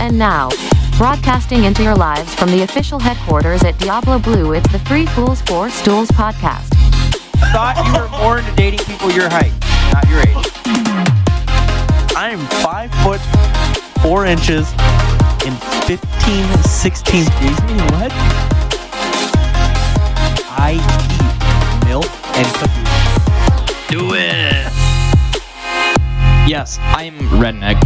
And now, broadcasting into your lives from the official headquarters at Diablo Blue, it's the Free Fools Four Stools podcast. thought you were born to dating people your height, not your age. I am five foot four inches and 15 16 Excuse me, what? I eat milk and cookies. Do it. Yes, I'm redneck.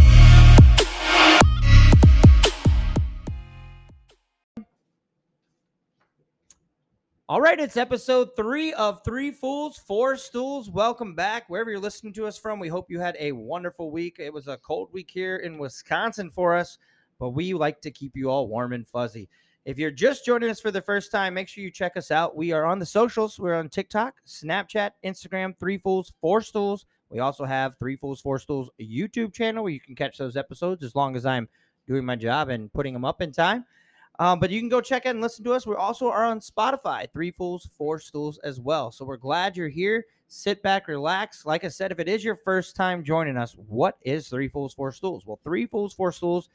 All right, it's episode three of Three Fools, Four Stools. Welcome back, wherever you're listening to us from. We hope you had a wonderful week. It was a cold week here in Wisconsin for us, but we like to keep you all warm and fuzzy. If you're just joining us for the first time, make sure you check us out. We are on the socials. We're on TikTok, Snapchat, Instagram, Three Fools, Four Stools. We also have Three Fools, Four Stools YouTube channel where you can catch those episodes as long as I'm doing my job and putting them up in time. Um, but you can go check out and listen to us. We also are on Spotify, Three Fools, Four Stools as well. So we're glad you're here. Sit back, relax. Like I said, if it is your first time joining us, what is Three Fools, Four Stools? Well, Three Fools, Four Stools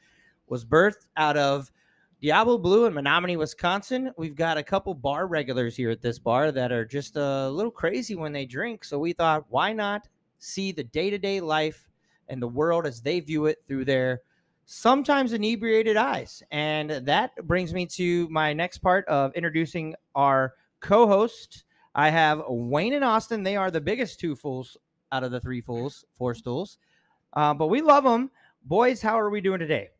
was birthed out of Diablo Blue in Menominee, Wisconsin. We've got a couple bar regulars here at this bar that are just a little crazy when they drink. So we thought, why not see the day to day life and the world as they view it through their sometimes inebriated eyes. And that brings me to my next part of introducing our co host. I have Wayne and Austin. They are the biggest two fools out of the three fools, four stools. Uh, but we love them. Boys, how are we doing today?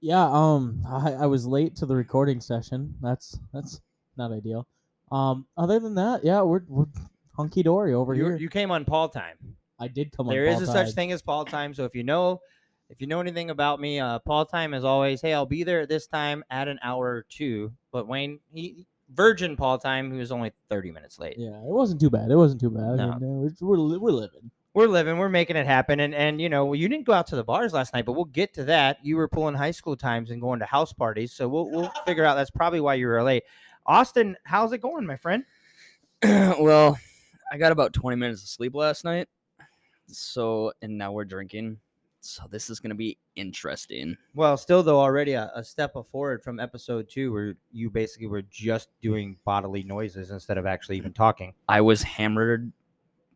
Yeah, um, I, I was late to the recording session. That's that's not ideal. Um, other than that, yeah, we're, we're hunky dory over You, here. you came on Paul time. I did come. There is on Paul a such Tide. thing as Paul time. So if you know, if you know anything about me, uh, Paul time is always, hey, I'll be there at this time at an hour or two. But Wayne, he virgin Paul time, he was only thirty minutes late. Yeah, it wasn't too bad. It wasn't too bad. No. I mean, uh, we're- we're, li- we're living. we're living, we're making it happen. And and you know, you didn't go out to the bars last night, but we'll get to that. You were pulling high school times and going to house parties, so we'll we'll figure out that's probably why you were late. Austin, how's it going, my friend? well, I got about 20 minutes of sleep last night. So, and now we're drinking. So, this is going to be interesting. Well, still though, already a, a step forward from episode two, where you basically were just doing bodily noises instead of actually even talking. I was hammered.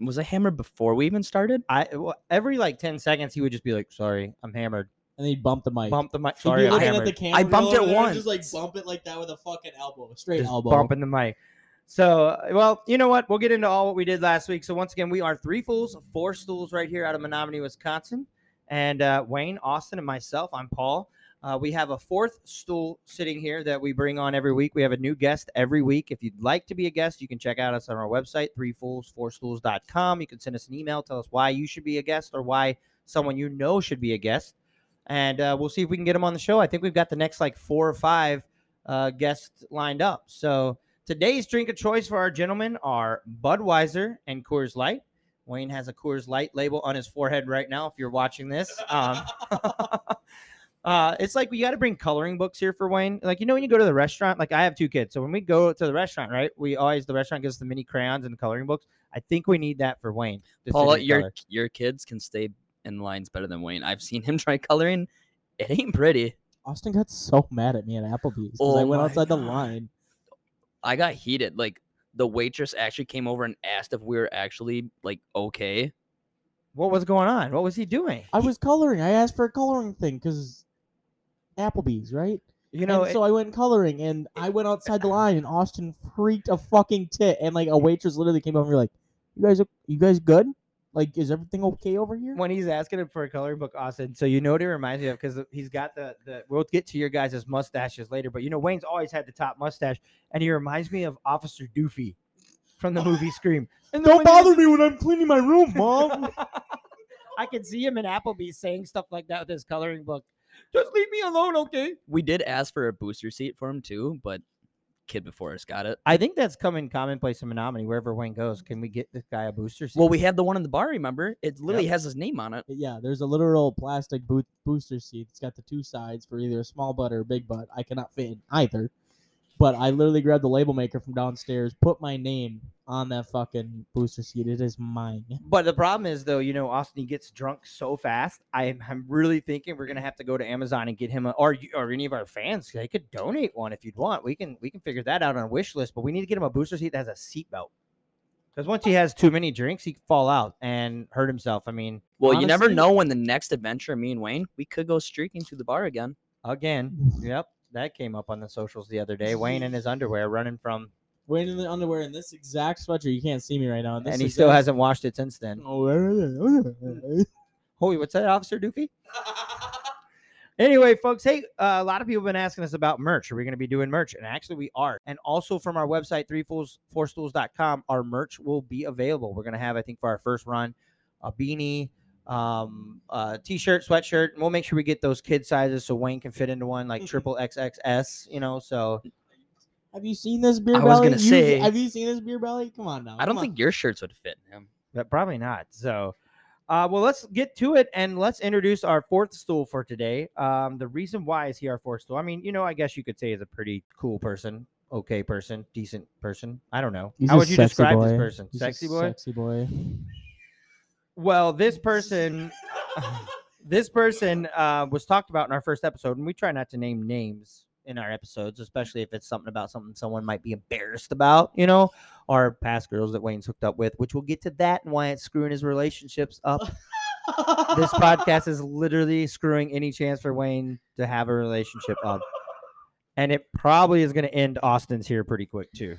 Was I hammered before we even started? I well, every like ten seconds, he would just be like, "Sorry, I'm hammered." And then he bumped the mic. Bump the mic. He'd be Sorry, I'm looking at hammered. the camera. I bumped real it over there and once. Just like bump it like that with a fucking elbow, a straight just elbow. bumping the mic. So, uh, well, you know what? We'll get into all what we did last week. So, once again, we are three fools, four stools right here out of Menominee, Wisconsin. And uh, Wayne, Austin, and myself, I'm Paul. Uh, we have a fourth stool sitting here that we bring on every week. We have a new guest every week. If you'd like to be a guest, you can check out us on our website, threefools4stools.com. You can send us an email, tell us why you should be a guest or why someone you know should be a guest. And uh, we'll see if we can get them on the show. I think we've got the next like four or five uh, guests lined up. So today's drink of choice for our gentlemen are Budweiser and Coors Light. Wayne has a Coors Light label on his forehead right now. If you're watching this, um, uh, it's like we got to bring coloring books here for Wayne. Like you know when you go to the restaurant, like I have two kids, so when we go to the restaurant, right? We always the restaurant gives us the mini crayons and coloring books. I think we need that for Wayne. to sit Paula, and your color. your kids can stay in lines better than Wayne. I've seen him try coloring. It ain't pretty. Austin got so mad at me at Applebee's because I Oh went my outside the God. line. I got heated. Like the waitress actually came over and asked if we were actually like okay. what was going on? What was he doing? I was coloring. I asked for a coloring thing because Applebee's, right? You know, and so I went coloring, and I went outside the line, and Austin freaked a fucking tit, and like a waitress literally came over and were like, "You guys, o- you guys good? Like, is everything okay over here?" when he's asking him for a coloring book, Austin. So you know what it reminds me of because he's got the the. We'll get to your guys' mustaches later, but you know Wayne's always had the top mustache, and he reminds me of Officer Doofy from the movie Scream. And then Don't when he bother me when I'm cleaning my room, mom. was- I can see him in Applebee's saying stuff like that with his coloring book. Just leave me alone, okay? We did ask for a booster seat for him too, but kid before us got it. I think that's coming commonplace in Menominee wherever Wayne goes. Can we get this guy a booster seat? Well, we had the one in the bar. Remember, it literally has his name on it. yeah, there's a literal plastic boot booster seat. It's got the two sides for either a small butt or a big butt. I cannot fit in either, but I literally grabbed the label maker from downstairs, put my name on that fucking booster seat. It is mine. But the problem is though, you know, Austin he gets drunk so fast. I'm, I'm really thinking we're gonna have to go to Amazon and get him a, or you- or any of our fans. They could donate one if you'd want. We can we can figure that out on a wish list. But we need to get him a booster seat that has a seatbelt. Because once he has too many drinks, he could fall out and hurt himself. I mean, Well, you never Honestly- know when the next adventure, me and Wayne, we could go streaking to the bar again. again, yep, that came up on the socials the other day. Wayne in his underwear running from, Wearing the underwear in this exact sweater. You can't see me right now. in This and he still exact- hasn't washed it since then. Oh, where is it? Holy, what's that, Officer Doofy? anyway, folks, hey, uh, a lot of people have been asking us about merch. Are we going to be doing merch? And actually, we are. And also from our website, threefools4stools.com, our merch will be available. We're going to have, I think, for our first run, a beanie, um, a t-shirt, sweatshirt. And we'll make sure we get those kid sizes so Wayne can fit into one, like Mhm. triple XXS, you know, so. Have you seen this beer I belly? was gonna You- say- have you seen this beer belly? Come on now. I don't come on. think your shirts would fit him. but probably not. So, uh, well, let's get to it and let's introduce our fourth stool for today. Um, the reason why is he our fourth stool? I mean, you know, I guess you could say he's a pretty cool person, okay person, decent person. I don't know. He's How a would you sexy describe this boy. person? He's a Sexy boy. Sexy boy. well, this person. This person uh, was talked about in our first episode, and we try not to name names in our episodes, especially if it's something about something someone might be embarrassed about, you know, or past girls that Wayne's hooked up with, which we'll get to that and why it's screwing his relationships up this podcast is literally screwing any chance for Wayne to have a relationship up. And it probably is going to end Austin's here pretty quick too.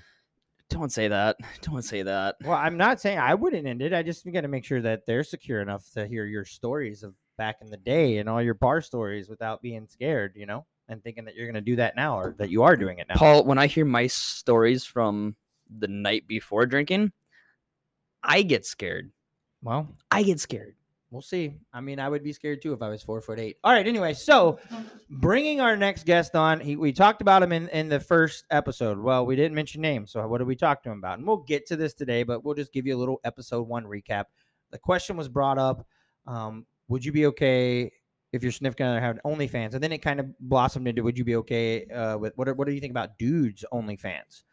Don't say that. Don't say that. Well, I'm not saying I wouldn't end it. I just got to make sure that they're secure enough to hear your stories of back in the day and all your bar stories without being scared, you know, and thinking that you're going to do that now or that you are doing it now. Paul, when I hear my stories from the night before drinking, I get scared. Well, I get scared. We'll see. I mean, I would be scared too if I was four foot eight. All right. Anyway, so bringing our next guest on, he, we talked about him in, in the first episode. Well, we didn't mention names. So, what did we talk to him about? And we'll get to this today, but we'll just give you a little episode one recap. The question was brought up um, Would you be okay if your significant other had OnlyFans? And then it kind of blossomed into Would you be okay uh, with what, are- what do you think about dudes' OnlyFans?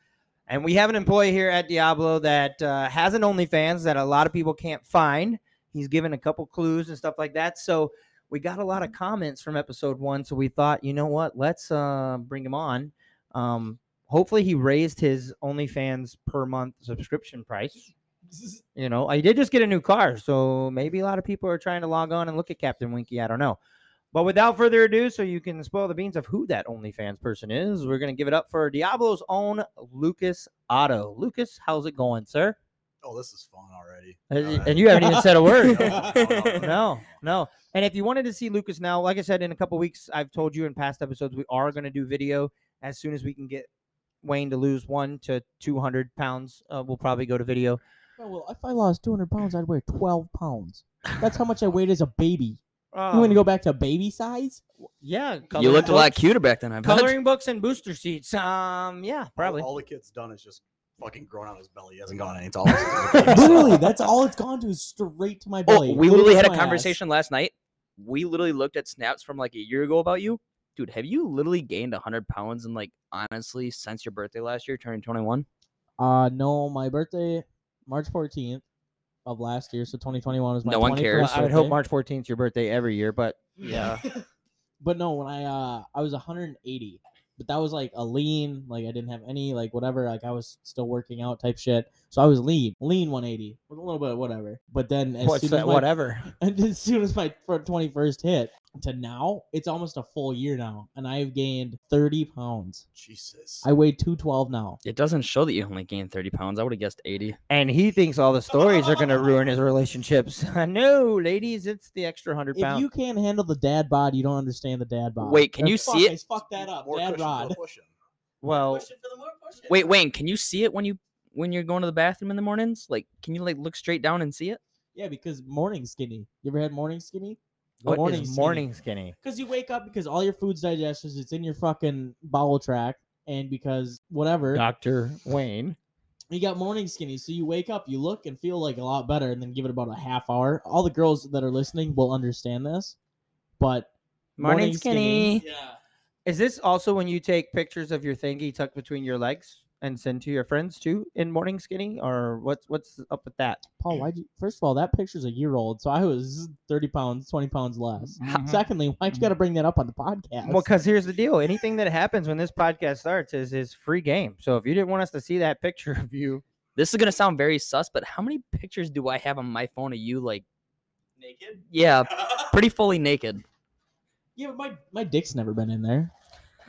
And we have an employee here at Diablo that uh, has an OnlyFans that a lot of people can't find. He's given a couple clues and stuff like that. So we got a lot of comments from episode one. So we thought, you know what? Let's uh, bring him on. Um, hopefully, he raised his OnlyFans per month subscription price. You know, I did just get a new car, so maybe a lot of people are trying to log on and look at Captain Winky. I don't know. But without further ado, so you can spoil the beans of who that OnlyFans person is, we're going to give it up for Diablo's own Lucas Otto. Lucas, how's it going, sir? Oh, this is fun already. Uh, All right. And you haven't even said a word. Oh, No, no, no. no, no. And if you wanted to see Lucas now, like I said, in a couple weeks, I've told you in past episodes, we are going to do video as soon as we can get Wayne to lose one to 200 pounds. Uh, we'll probably go to video. Oh, well, if I lost 200 pounds, I'd weigh 12 pounds. That's how much I weighed as a baby. You want to Um, go back to baby size? Um, Yeah. you coloring looked a lot books- cuter back then, I bet. Coloring books and booster seats. Um, yeah, probably. All, all the kid's done is just fucking grown out his belly. He hasn't gone any taller. Literally, that's all it's gone to is straight to my belly. Oh, we Literally literally had to a my ass. conversation last night. We literally looked at snaps from like a year ago about you. Dude, have you literally gained 100 pounds in like honestly since your birthday last year, turning 21? Uh, no, my birthday, March 14th of last year, so 2021 was my No one 21st cares. I would hope birthday. March 14th is your birthday every year, but Yeah. But no, when I uh I was 180, but that was like a lean, like I didn't have any like whatever, like I was still working out type shit. So I was lean, lean 180 with a little bit of whatever. But then as what's soon as that- my, whatever. and as soon as my fir- 21st hit to now, it's almost a full year now, and I've gained 30 pounds. Jesus. I weigh 212 now. It doesn't show that you only gained 30 pounds. I would have guessed 80. And he thinks all the stories are going to ruin his relationships. I know, ladies, it's the extra 100 If pounds. you can't handle the dad bod, you don't understand the dad bod. Wait, can Or you fuck, see I it? fucked that up. More dad cushion for bod. the pushing. well, Wait, Wayne, can you see it when you when you're going to the bathroom in the mornings? Like, can you like look straight down and see it? Yeah, because morning skinny. You ever had morning skinny? What is morning, skinny? morning skinny. Because you wake up because all your food's digested, it's in your fucking bowel tract, and because whatever, Dr. Wayne. you got morning skinny. So you wake up, you look and feel like a lot better, and then give it about a half hour. All the girls that are listening will understand this, but Morning, Morning skinny. yeah, Is this also when you take pictures of your thingy tucked between your legs and send to your friends too in morning skinny or what's what's up with that? Paul, why'd you? First of all, that picture's a year old, so I was 30 pounds, 20 pounds less. Mm-hmm. Mhm. Secondly, why'd you got to bring that up on the podcast? Well, because here's the deal: anything that happens when this podcast starts is is free game. So if you didn't want us to see that picture of you, this is gonna sound very sus, but how many pictures do I have on my phone of you? Like, Naked? yeah, pretty fully naked. yeah, but my my dick's never been in there.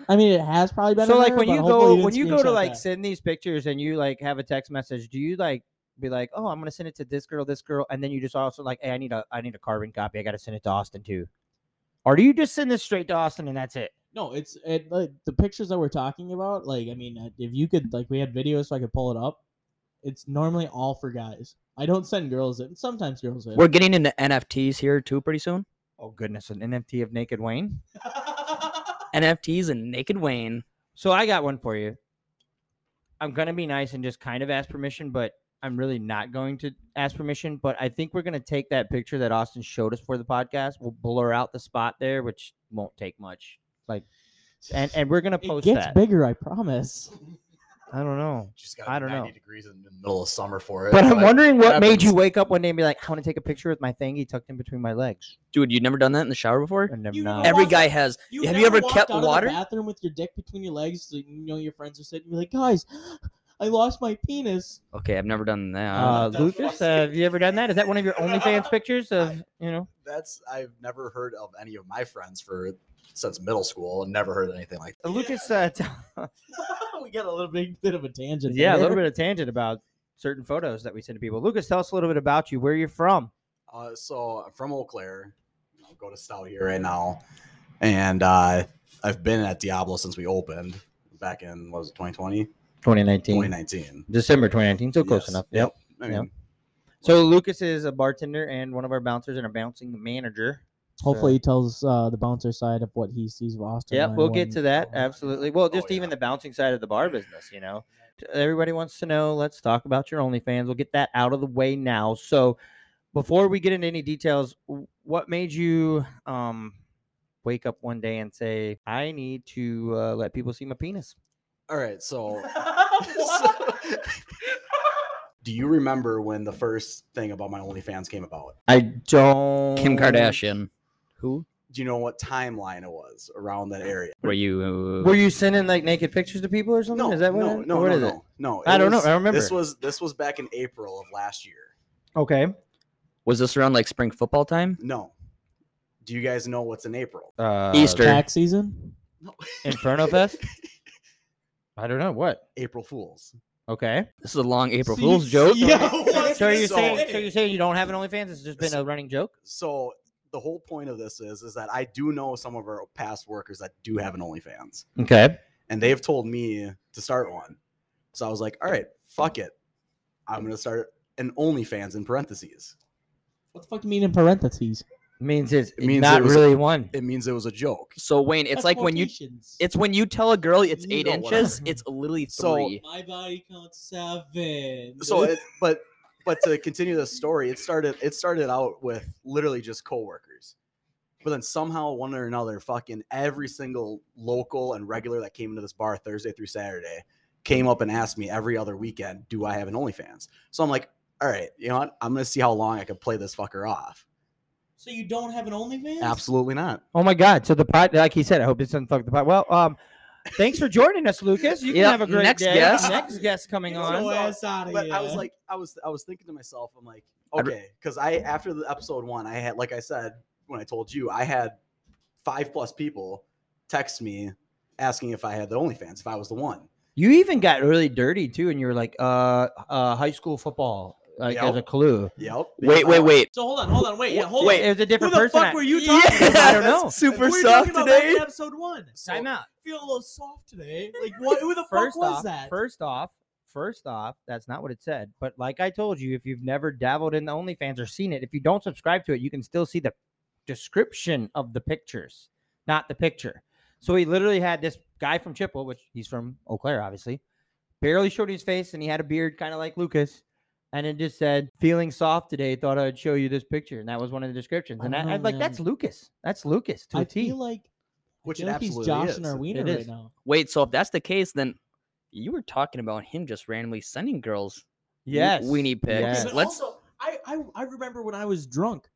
I mean, it has probably been. so in like there, when but you hopefully go didn't when you go to screenshot like that. send these pictures and you like have a text message, do you like be like, oh, I'm gonna send it to this girl, this girl, and then you just also like, hey, I need a I need a carbon copy. I gotta send it to Austin too. Or do you just send this straight to Austin and that's it? No, it's it like the pictures that we're talking about. Like, I mean, uh, if you could, like, we had videos, so I could pull it up. It's normally all for guys. I don't send girls in. Sometimes girls in. We're getting into NFTs here too pretty soon. Oh goodness, an NFT of naked Wayne. NFTs and Naked Wayne. So I got one for you. I'm gonna be nice and just kind of ask permission, but I'm really not going to ask permission. But I think we're gonna take that picture that Austin showed us for the podcast. We'll blur out the spot there, which won't take much. Like, and and we're gonna it post gets that. bigger, I promise. I don't know. Just gotta I I don't don't know. degrees in the middle of summer for it. But I'm like, wondering what made you happens. wake up one day and be like, I want to take a picture with my thingy tucked in between my legs. Dude, you've never done that in the shower before? And never You know. know- Every walked guy up- has. You've Have you never ever walked kept out of the water? bathroom with your dick between your legs. So you know your friends are sitting. You're like, guys, I lost my penis. Okay, I've never done that. uh, That's Lucas, awesome. uh, have you ever done that? Is that one of your OnlyFans pictures of you know? That's I've never heard of any of my friends for since middle school and never heard anything like Uh, Lucas, uh, t- we got a little big bit of a tangent. yeah, a there. little bit of tangent about certain photos that we send to people. Lucas, tell us a little bit about you, where you're from. that. Uh, so I'm from Eau Claire. I'll go to Stout here right now. And uh, I've been at Diablo since we opened back in what was it 2020? 2019, 2019. December 2019, so close Yes. enough. Yep. I mean, Yep. So Lucas is a bartender and one of our bouncers and a bouncing manager. Hopefully, he tells uh, the bouncer side of what he sees of Austin. Yeah, and I we'll get wouldn't- to that. Absolutely. Well, Oh, just even yeah. the bouncing side of the bar business, you know. T- Everybody wants to know. Let's talk about your OnlyFans. We'll get that out of the way now. So, before we get into any details, w- what made you um wake up one day and say, "I need to uh, let people see my penis"? All right, so do you remember when the first thing about my OnlyFans came about? I don't. Kim Kardashian. Who? Do you know what timeline it was around that area? Were you? Were you sending like naked pictures to people or something? No, is that what? no, it- no, what no, is no, no, I it don't know, was- I remember. This was this was back in April of last year. it? Okay. Was this around like spring football time? No, do you guys know what's in April? Uh, Easter. Tax season. No. Inferno Fest. I don't know what. April Fools. Okay. This is a long April See- Fool's joke. see- Yeah. So you're saying so you're saying you don't have an OnlyFans? It's just been a So- running joke. so the whole point of this is is that I do know some of our past workers that do have an OnlyFans. Okay. and they've told me to start one. So I was like, all right, fuck it. I'm gonna start an OnlyFans in parentheses. What the fuck do you mean in parentheses? Means it's It means not it was a- really one. It means it was a joke. So Wayne, it's That's like when you. quotations. It's when you tell a girl it's You eight know what I inches. mean. It's literally So- three. My body counts seven. So it but but to continue the story, it started it started out with literally just coworkers. But then somehow one or another, fucking every single local and regular that came into this bar Thursday through Saturday came up and asked me every other weekend, do I have an OnlyFans? So I'm like, all right, you know what? I'm gonna see how long I can play this fucker off. So you don't have an OnlyFans? Absolutely not. Oh my god. So the pot like he said, I hope this doesn't fuck the pot. Well, um, thanks for joining us, Lucas. You can Yep, have a great next day. guest. Next guest coming Get on. your ass out but I was like, I was, I was thinking to myself, I'm like, I re- okay, because I after the episode one, I had, like I said when I told you, I had five plus people text me asking if I had the OnlyFans, if I was the one. You even got really dirty too, and you were like, uh, uh high school football, like as Yep. a clue. Yep. Wait, wait, wait. so hold on, hold on, wait, yeah, hold Wait, it on. was a different Who the person. fuck I- were you talking Yeah. about? I don't know. Super we were soft talking about back today. in episode one. Time out. Feel a little soft today. Like what? Who the first fuck was off, that? First off, first off, that's not what it said. But like I told you, if you've never dabbled in the OnlyFans or seen it, if you don't subscribe to it, you can still see the description of the pictures, not the picture. So he literally had this guy from Chippewa, which he's from Eau Claire, obviously, barely showed his face, and he had a beard, kind of like Lucas. And it just said, "Feeling soft today. Thought I'd show you this picture." And that was one of the descriptions. I And I, don't I know, like, "That's man. Lucas. That's Lucas to a Oh, I T." feel like I Which feel it like he's absolutely Josh and is. our wiener It right is. now. Wait, so if that's the case, then you were talking about him just randomly sending girls we- Yes. weenie pics. Yes. But Let's also, I, I I remember when I was drunk.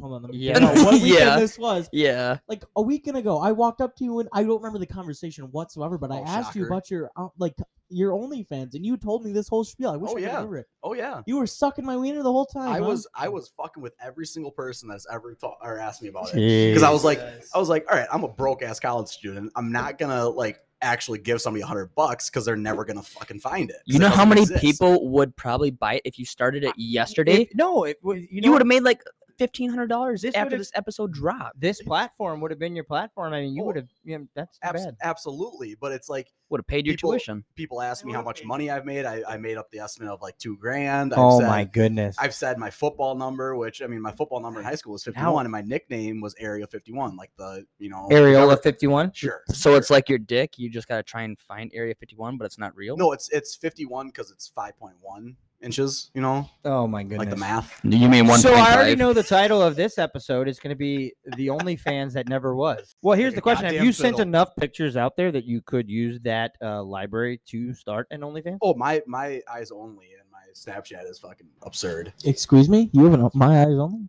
Hold on, let me Yeah. yeah. what weekend Yeah. this was. yeah. Like a weekend ago, I walked up to you and I don't remember the conversation whatsoever, but I Oh, asked you shocker. about your uh, like your OnlyFans, and you told me this whole spiel. I wish I Oh, could yeah. remember it. Oh yeah. You were sucking my wiener the whole time. I huh? was I was fucking with every single person that's ever thought or asked me about it. Because I was like, Oh. I was like, all right, I'm a broke ass college student. I'm not gonna like actually give somebody a hundred bucks because they're never gonna fucking find it. 'cause You it know how doesn't many exist. people would probably buy it if you started it yesterday? If- no, it, wa- you you know, would have made like fifteen hundred dollars This after would've- this episode dropped. this platform would have been your platform. I mean, you Oh, would have. Yeah, that's too Abs- bad. absolutely, but it's like Would have paid your People- tuition. people ask They me how would've much paid money I've made. I, I made up the estimate of like two grand. I've Oh said, my goodness. I've said my football number, which I mean, my football number in high school was 51, and my nickname was Area 51, like the you know Areola whatever- fifty one. Sure. So it's sure. like your dick. You just gotta try and find Area fifty one, but it's not real. no, it's it's 51 because it's 5.1 inches. You know, oh my goodness. like the math. You mean So I already know the title of this episode is going to be the OnlyFans that never was. Well, here's Like the a question: Have goddamn you sent fiddle. enough pictures out there that you could use that uh, library to start an OnlyFans? Oh, my my eyes only, and my Snapchat is fucking absurd. Excuse me. You have an, my eyes only.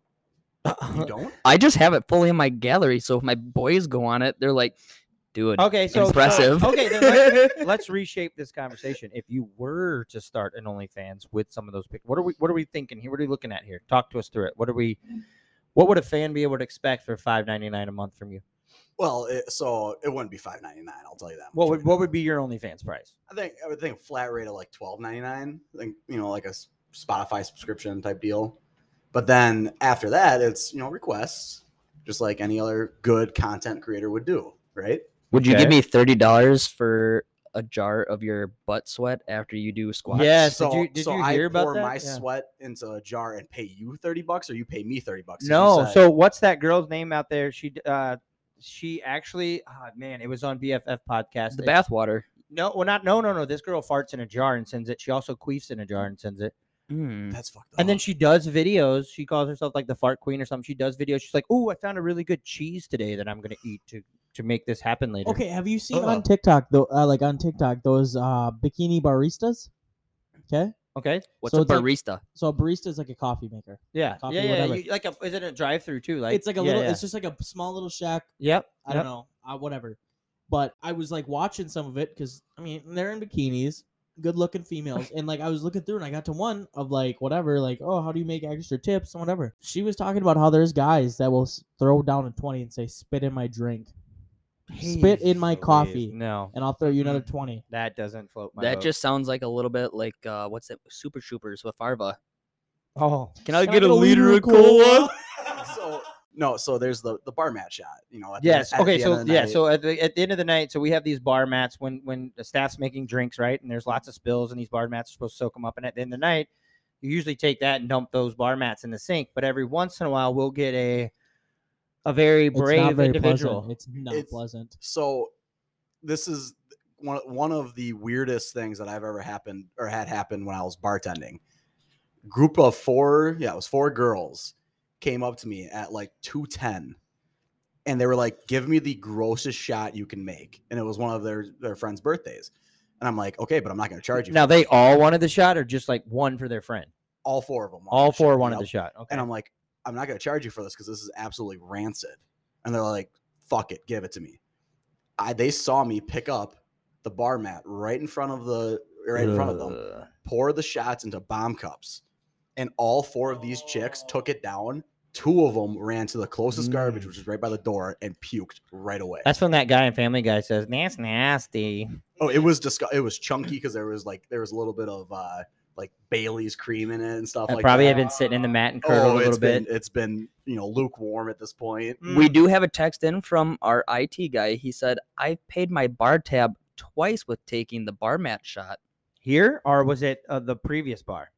You don't? I just have it fully in my gallery, so if my boys go on it, they're like, dude, Okay, so so- impressive. okay, then let's, let's reshape this conversation. If you were to start an OnlyFans with some of those pictures, what are we what are we thinking here? What are we looking at here? Talk to us through it. What are we? What would a fan be able to expect for five ninety nine a month from you? Well, it, so it wouldn't be 5.99. I'll tell you that. What much would right what now. would be your OnlyFans price? I think I would think a flat rate of like 12.99. I think you know like a s- Spotify subscription type deal. But then after that, it's you know requests, just like any other good content creator would do, right? Would you give Okay. me thirty dollars for a jar of your butt sweat after you do squats? Yes. so, did you- did so you I hear about pour that? my Yeah. sweat into a jar and pay you 30 bucks or you pay me 30 bucks. if you No. said- So what's that girl's name out there? She d- uh she actually ah man, it was on BFF podcast. The It- bathwater. No, well not no no no. This girl farts in a jar and sends it. She also queefs in a jar and sends it. Mm. that's fucked up. And Uh-huh. then she does videos. She calls herself like the fart queen or something. She does videos. She's like, "Oh, I found a really good cheese today that I'm going to eat to to make this happen later." Okay, have you seen Ugh. on TikTok though? Uh, like on TikTok, those uh, bikini baristas. Okay, Okay. What's So a it's like- barista? so a barista is like a coffee maker. Yeah. Coffee, yeah. Yeah. whatever. you- like a is it a drive through too? Like it's like a yeah, little. yeah. It's just like a small little shack. yep. I don't know, uh, whatever. But I was like watching some of it because I mean they're in bikinis, good looking females, and like I was looking through and I got to one of like whatever, like oh how do you make extra tips and whatever. She was talking about how there's guys that will s- throw down a twenty and say spit in my drink, spit in Jeez my Louise, coffee. No, and I'll throw you Mm-hmm. another twenty. that doesn't float my that boat. just sounds like a little bit like uh, what's it? Super Troopers with Farva. oh Can I Can get a liter of cola? so no, so there's the the bar mat shot, you know. at the- Yes. at the Okay. end So of the yeah. night. So at the, at the end of the night, so we have these bar mats when when the staff's making drinks, right? And there's lots of spills, and these bar mats are supposed to soak them up. And at the end of the night, you usually take that and dump those bar mats in the sink. But every once in a while, we'll get a a very It's brave not very individual. pleasant. It's not It's- pleasant. so this is one one of the weirdest things that I've ever happened or had happen when I was bartending. Group of four, yeah, it was four girls came up to me at like 210 and they were like, give me the grossest shot you can make. And it was one of their their friends' birthdays. And I'm like, okay, but I'm not gonna charge you. Now for it." they all wanted the shot, or just like one for their friend. all four of them. All four wanted the the shot. Okay. and I'm like, I'm not gonna charge you for this because this is absolutely rancid. And they're like, fuck it, give it to me. I they saw me pick up the bar mat right in front of the right in front of them, Ugh. pour the shots into bomb cups, and all four of these chicks took it down. Two of them ran to the closest garbage, which is right by the door, and puked right away. Mm. That's when that guy in Family Guy says, "That's nasty." oh, it was disgu- It was chunky because there was like there was a little bit of uh like Bailey's cream in it and stuff That like probably that. had been sitting in the mat and oh, curdled a it's little been bit. it's been you know lukewarm at this point. Mm. We do have a text in from our IT guy. He said, I've paid my bar tab twice with taking the bar mat shot. here, or was it uh, the previous bar?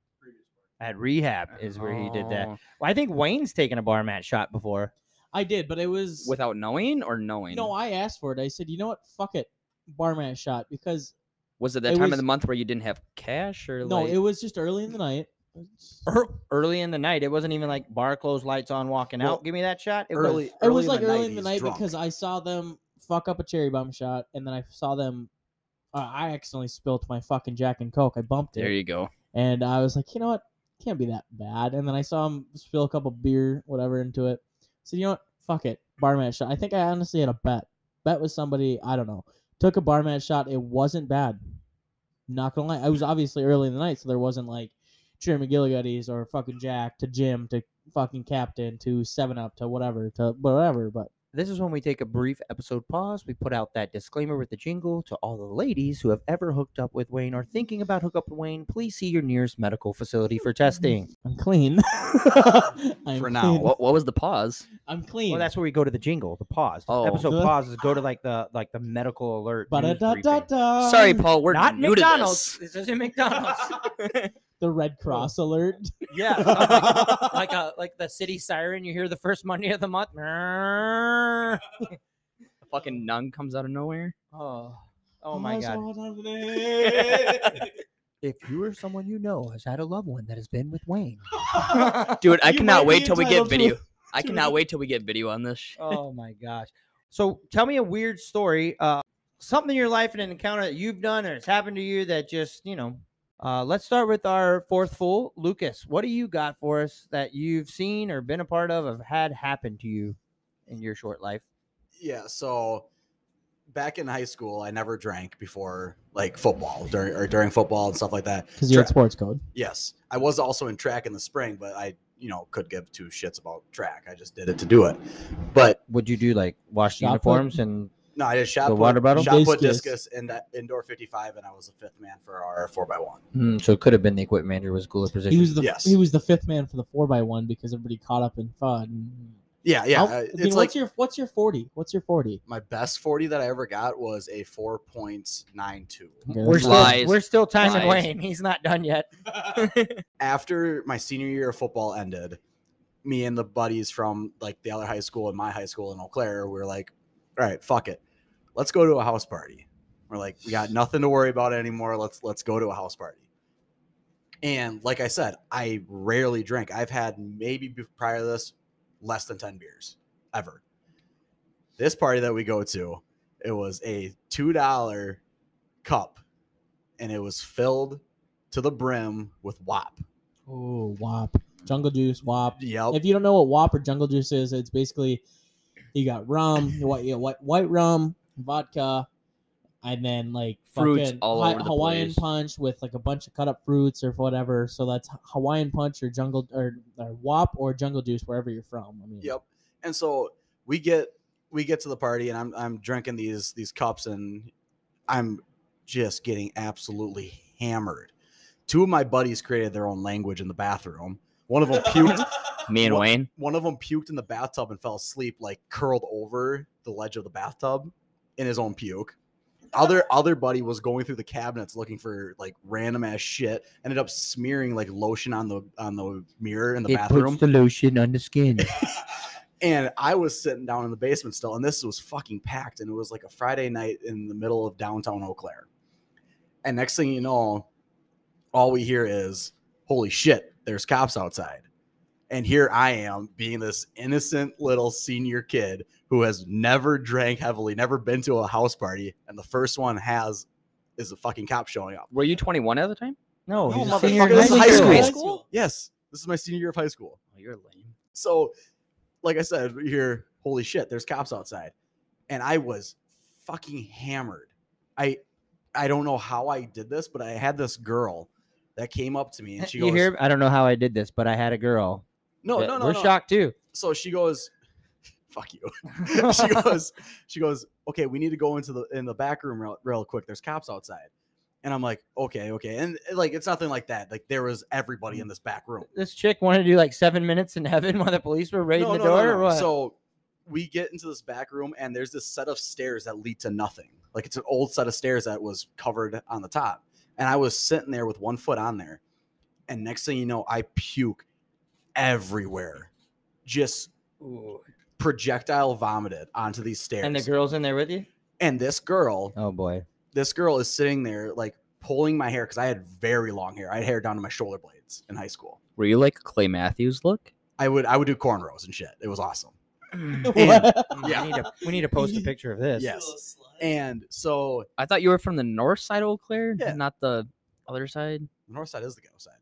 At rehab is where he did that. Oh. Well, I think Wayne's taken a bar mat shot before. I did, but it was Without knowing or knowing? No, I asked for it. I said, you know what, fuck it, barman shot because was it that it time of was- the month where you didn't have cash or no, like it was just early in the night. Ear- Early in the night, it wasn't even like bar closed, lights on, walking Well, out. Give me that shot. It early, was It was in like the early night, in the he's night drunk. because I saw them fuck up a cherry bomb shot, and then I saw them uh, I accidentally spilt my fucking Jack and Coke. I bumped it. There you go. And I was like, you know what? Can't be that bad. And then I saw him spill a couple beer, whatever, into it. So you know what? Fuck it. Barman shot. I think I honestly had a bet. Bet with somebody, I don't know. Took a barman shot. It wasn't bad. Not gonna lie. I was obviously early in the night, so there wasn't like Jeremy McGilligoodies or fucking Jack to Jim to fucking Captain to Seven Up to whatever to whatever. But This is when we take a brief episode pause. We put out that disclaimer with the jingle to all the ladies who have ever hooked up with Wayne or thinking about hook up with Wayne. Please see your nearest medical facility for testing. I'm clean. I'm For now. clean. Well- What- What, what was the pause? I'm clean. Well, that's where we go to the jingle, the pause. The Oh. episode Good. pause is go to like the like the medical alert. news briefing. Ba-da-da-da-da. Sorry, Paul. We're Not new McDonald's. to this. This isn't McDonald's. The Red Cross alert. yeah, something like, like a like the city siren you hear the first Monday of the month. A fucking nun comes out of nowhere. Oh, oh my Almost god. all of it. If you or someone you know has had a loved one that has been with Wayne. Dude, I You cannot might be wait till we get entitled to a- video. I to cannot a- wait till we get video on this. shit. oh my gosh. So tell me a weird story, uh, something in your life and an encounter that you've done or it's happened to you that just, you know, uh, let's start with our fourth fool, Lucas. What do you got for us that you've seen or been a part of, have had happen to you in your short life? Yeah, so back in high school, I never drank before like football during or during football and stuff like that. Because you had Tra- sports code. Yes, I was also in track in the spring, but I you know could give two shits about track. I just did it to do it. But Would you do like wash the Shot put? uniforms and no, I did shot The put, water bottle? shot put, Discus. discus, and that indoor fifty five, and I was the fifth man for our four by one. Hmm, so it could have been the equipment manager was cooler position. He was the Yes. he was the fifth man for the four by one because everybody caught up in fun. Yeah, yeah. How- I- I mean, it's what's like your what's your forty? What's your forty? my best forty that I ever got was a four point nine two. Okay, we're that's still, not- Lies. we're still timing Lies. Wayne. He's not done yet. after my senior year of football ended, me and the buddies from like the other high school and my high school in Eau Claire, we were like, all right, fuck it. Let's go to a house party. We're like, we got nothing to worry about anymore. Let's let's go to a house party. And like I said, I rarely drink. I've had maybe be- prior to this less than 10 beers ever. This party that we go to, it was a $2 cup and it was filled to the brim with WAP. Oh, WAP. Jungle juice, WAP. Yep. If you don't know what WAP or jungle juice is, it's basically you got rum, you white, you got white, white rum, vodka, and then like Fruits fucking all Hi- over the Hawaiian place. punch with like a bunch of cut up fruits or whatever. So that's Hawaiian punch or jungle or, or WAP or jungle juice wherever you're from. I mean, Yep. And so we get we get to the party and I'm I'm drinking these these cups and I'm just getting absolutely hammered. Two of my buddies created their own language in the bathroom. One of them puked. Me and What- Wayne. One of them puked in the bathtub and fell asleep, like curled over the ledge of the bathtub in his own puke. Other other buddy was going through the cabinets looking for like random ass shit. Ended up smearing like lotion on the on the mirror in the bathroom. the lotion on the skin. and I was sitting down in the basement still, and this was fucking packed, and it was like a Friday night in the middle of downtown Eau Claire. And next thing you know, all we hear is, "Holy shit, there's cops outside!" And here I am, being this innocent little senior kid who has never drank heavily, never been to a house party, and the first one has is a fucking cop showing up. Were you 21 at the time? No, No, he's a motherfucker, senior in this is high school. high High school. Yes, this is my senior year of high school. Oh, you're lame. So, like I said, you hear, holy shit, there's cops outside. And I was fucking hammered. I I don't know how I did this, but I had this girl that came up to me and she Eh, you goes, hear? I don't know how I did this, but I had a girl. No, that- no, no, We're no. shocked too. So she goes, Fuck you. she goes, she goes, okay, we need to go into the in the back room real, real quick. There's cops outside. And I'm like, okay, okay. And like it's nothing like that. Like there was Mm. everybody in this back room. This chick wanted to do like seven minutes in heaven while the police were raiding No, the no, no, door. no. Or what? So we get into this back room, and there's this set of stairs that lead to nothing. Like it's an old set of stairs that was covered on the top. And I was sitting there with one foot on there. And next thing you know, I puke everywhere. Just projectile vomited onto these stairs. and the girl's in there with you. And this girl, Oh boy. this girl is sitting there like pulling my hair because I had very long hair. I had hair down to my shoulder blades in high school. Were you like Clay Matthews look? I would I would do cornrows and shit. It was awesome. What? Yeah. We need to we need to post a picture of this. Yes. And so I thought you were from the north side of Eau Claire, Yeah. not the other side. the north side is the ghetto side.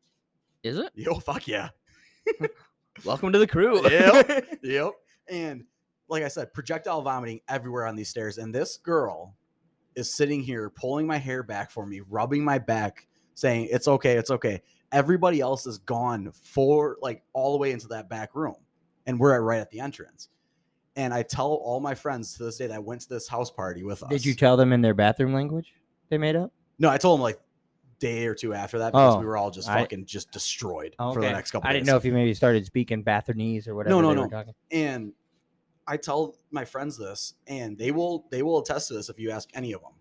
Is it? Yo, fuck yeah. Welcome to the crew. Yep. yep. And like I said, projectile vomiting everywhere on these stairs. And this girl is sitting here pulling my hair back for me, rubbing my back, saying, It's okay, it's okay. Everybody else is gone for like all the way into that back room. And we're at- right at the entrance. And I tell all my friends to this day that I went to this house party with us. Did you tell them in their bathroom language they made up? no, I told them like day or two after that because Oh, we were all just I- fucking just destroyed Oh, for the okay. next couple I days. didn't know if you maybe started speaking Bathernese or whatever. no, they no. Were talking. and I tell my friends this, and they will they will attest to this if you ask any of them.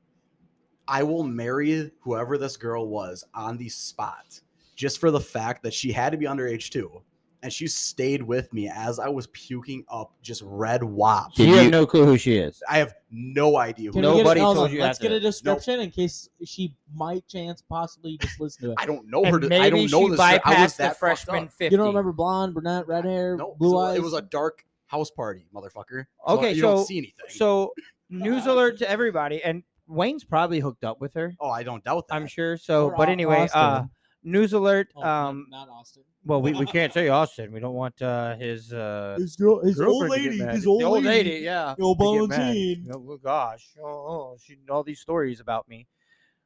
I will marry whoever this girl was on the spot, just for the fact that she had to be underage too, and she stayed with me as I was puking up just red wop. So you have no clue who she is. I have no idea. Who Can no, we get Nobody a, hold told on, you Let's after get a that. description in case she might chance possibly just listen to it. I don't know her. And To, I maybe don't know she this. girl. I was bypassed that the fucked freshman up. 50. You don't remember blonde, brunette, red hair, No, 'cause blue it wa- eyes? It was a dark house party, motherfucker. Okay, you so- don't see anything. So, news alert to everybody. And Wayne's probably hooked up with her, oh, I don't doubt that. I'm sure. So, Or but Au- anyway, uh, Austin. news alert. Oh, not- Um, not Austin. well, we, we can't say Austin. We don't want uh, his uh, His girl, his old girlfriend to get lady, mad. his The old, lady. Yeah. Yo, to get mad. Valentine. Oh my gosh, oh, oh, she all these stories about me.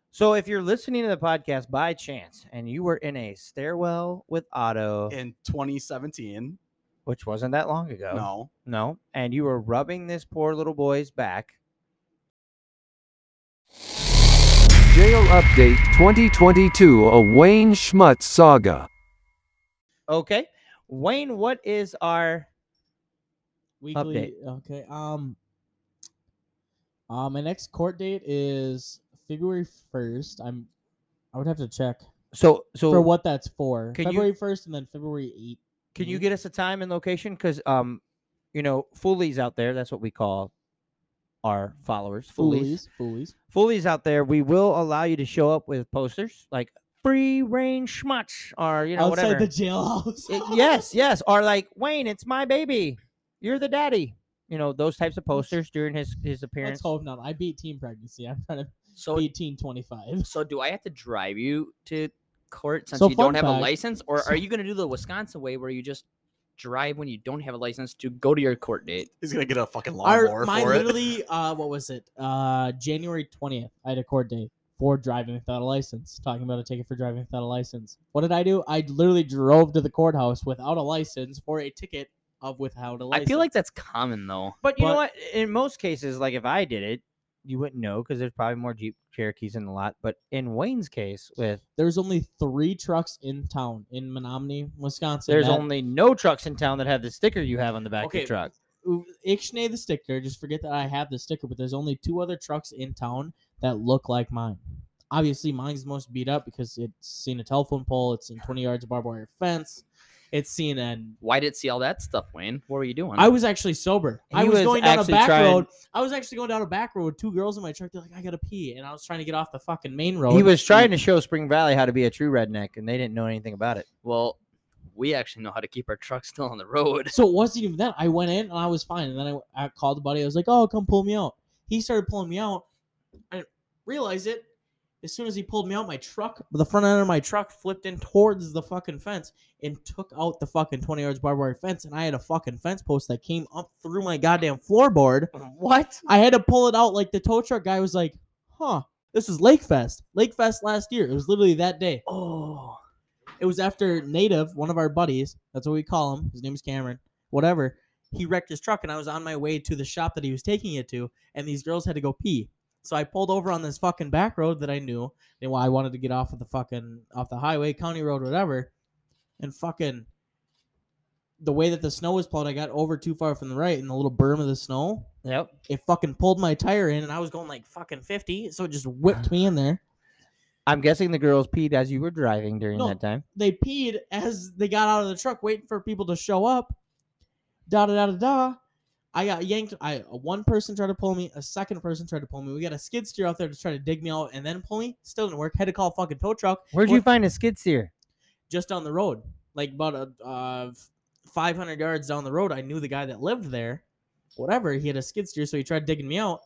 So if you're listening to the podcast by chance and you were in a stairwell with Otto, In 2017, which wasn't that long ago, no, no, and you were rubbing this poor little boy's back, Jail Update 2022 A Wayne Schmutz Saga. okay, Wayne, what is our? Weekly. Okay. Um. Uh, my next court date is February first. I'm. I would have to check So so for what that's for. can you- February first and then February eighth. Can you get us a time and location? Because um, you know, foolies out there, that's what we call our followers, foolies. Foolies. Foolies. Foolies out there, we will allow you to show up with posters like free range schmutz or you know Outside whatever. the jailhouse. Y- yes, yes, or like Wayne, it's my baby. You're the daddy. You know, those types of posters during his his appearance. Let's hope not. I beat teen pregnancy. I'm trying to So, beat teen twenty five. so do I have to drive you to court since So you don't fun have a fact- license, or so- are you going to do the Wisconsin way where you just drive when you don't have a license to go to your court date? he's gonna get a fucking Our, lawnmower mine for it. literally. Uh, what was it? Uh, January twentieth. I had a court date for driving without a license. Talking about a ticket for driving without a license. What did I do? I literally drove to the courthouse without a license for a ticket of without a I license. feel like that's common though. But you know But- what? In most cases, like if I did it, you wouldn't know because there's probably more Jeep Cherokees in the lot. But in Wayne's case, with there's only three trucks in town in Menominee, Wisconsin. There's that- only no trucks in town that have the sticker you have on the back of Okay, the truck. Ooh, Ixnay the sticker. Just forget that I have the sticker, but there's only two other trucks in town that look like mine. Obviously, mine's the most beat up because it's seen a telephone pole, it's seen 20 yards of barbed wire fence, it's seen an. Why did see all that stuff, Wayne? What were you doing? I was actually sober. I He was, was going down a actually back trying- road. I was actually going down a back road with two girls in my truck. They're like, "I gotta pee," and I was trying to get off the fucking main road. He was trying to show Spring Valley how to be a true redneck, and they didn't know anything about it. well, we actually know how to keep our trucks still on the road. So it wasn't even that. I went in and I was fine. And then I, I called the buddy. I was like, oh, come pull me out. He started pulling me out. I didn't realize it. As soon as he pulled me out, my truck, the front end of my truck flipped in towards the fucking fence and took out the fucking 20 yards barbed wire fence. And I had a fucking fence post that came up through my goddamn floorboard. What? I had to pull it out. Like the tow truck guy was like, huh, this is Lake Fest. Lake Fest last year. It was literally that day. Oh, It was after Native, one of our buddies. That's what we call him. His name is Cameron. Whatever. He wrecked his truck, and I was on my way to the shop that he was taking it to, and these girls had to go pee. So I pulled over on this fucking back road that I knew, and why I wanted to get off of the fucking off the highway, county road, whatever, and fucking the way that the snow was plowed, I got over too far from the right, and the little berm of the snow, Yep. it fucking pulled my tire in, and I was going like fucking fifty, so it just whipped me in there. I'm guessing the girls peed as you were driving during No. that time. they peed as they got out of the truck waiting for people to show up. Da da da da da. I got yanked. I one person tried to pull me, a second person tried to pull me. We got a skid steer out there to try to dig me out and then pull me. Still didn't work. Had to call a fucking tow truck Where'd you What- find a skid steer? just down the road, like about a uh, 500 yards down the road. I knew the guy that lived there. Whatever, he had a skid steer, so he tried digging me out.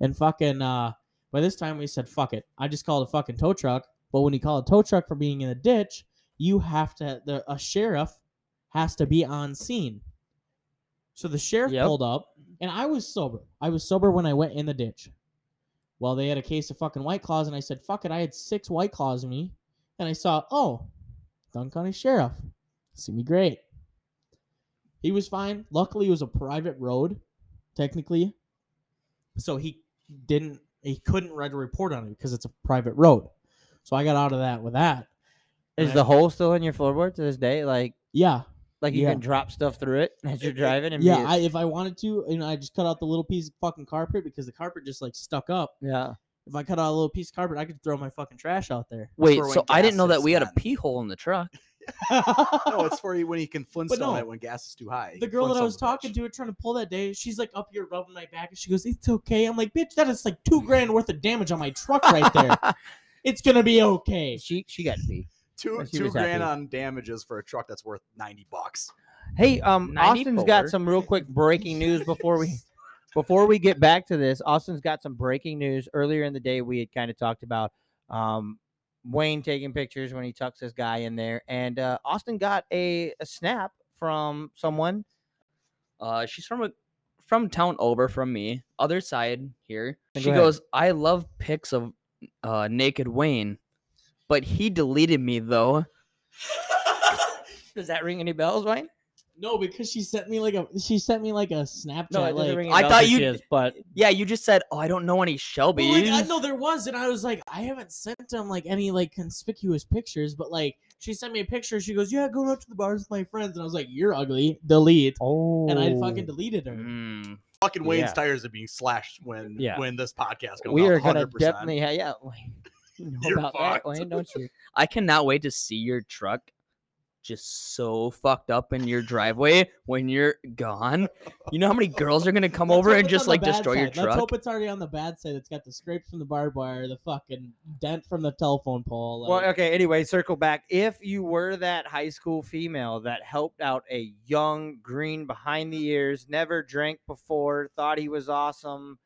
And fucking uh by this time we said fuck it. I just called a fucking tow truck. But when you call a tow truck for being in a ditch, you have to the a sheriff has to be on scene. So the sheriff Yep. pulled up and I was sober. I was sober when I went in the ditch. Well, they had a case of fucking white claws and I said, fuck it, I had six white claws in me. And I saw, oh, Dunn County Sheriff. See me great. He was fine. Luckily, it was a private road, technically. So he didn't, he couldn't write a report on it because it's a private road. So I got out of that with that. Is the hole still in your floorboard to this day? Like, Yeah. like you Yeah. Eh, can drop stuff through it as you're driving and Yeah. be- I, if I wanted to, you know, I just cut out the little piece of fucking carpet because the carpet just like stuck up. yeah. If I cut out a little piece of carpet, I could throw my fucking trash out there. Wait, for when so gas I didn't know is that we had a bad. Pee hole in the truck. No, it's for you when you can Flintstone no. it when gas is too high. the girl that I was talking to, trying to pull that day, she's like up here rubbing my back, and she goes, "It's okay." I'm like, "Bitch, that is like two grand worth of damage on my truck right there. it's gonna be okay." She she got to be. two She two was grand happy. on damages for a truck that's worth ninety bucks. Hey, um, 90 Austin's forward. got some real quick breaking news before we before we get back to this. Austin's got some breaking news. Earlier in the day, we had kind of talked about um Wayne taking pictures when he tucks this guy in there, and uh, Austin got a, a snap from someone. Uh, she's from a from town over from me, other side here. Go She ahead. goes, "I love pics of uh, naked Wayne, but he deleted me though." Does that ring any bells, Wayne? No, because she sent me like a she sent me like a Snapchat. like, I thought you- but Yeah, you just said, "Oh, I don't know any But, Shelby." like, I know there was, and I was like, I haven't sent him like any like conspicuous pictures, but like she sent me a picture. She goes, "Yeah, going out to the bars with my friends," and I was like, "You're ugly. Delete." oh, And I fucking deleted her. Mm. Fucking Wayne's Yeah. tires are being slashed when Yeah. when this podcast comes we out. are gonna 100%. definitely ha- yeah. Wayne, You know You're about that, fucked. Wayne, don't you? I cannot wait to see your truck just so fucked up in your driveway when you're gone. You know how many girls are gonna come Let's over hope and it's just on the like bad destroy your side. Let's truck? hope it's already on the bad side. It's got the scrapes from the barbed wire, the fucking dent from the telephone pole. Like, Well, okay. Anyway, circle back. If you were that high school female that helped out a young green behind the ears, never drank before, thought he was awesome,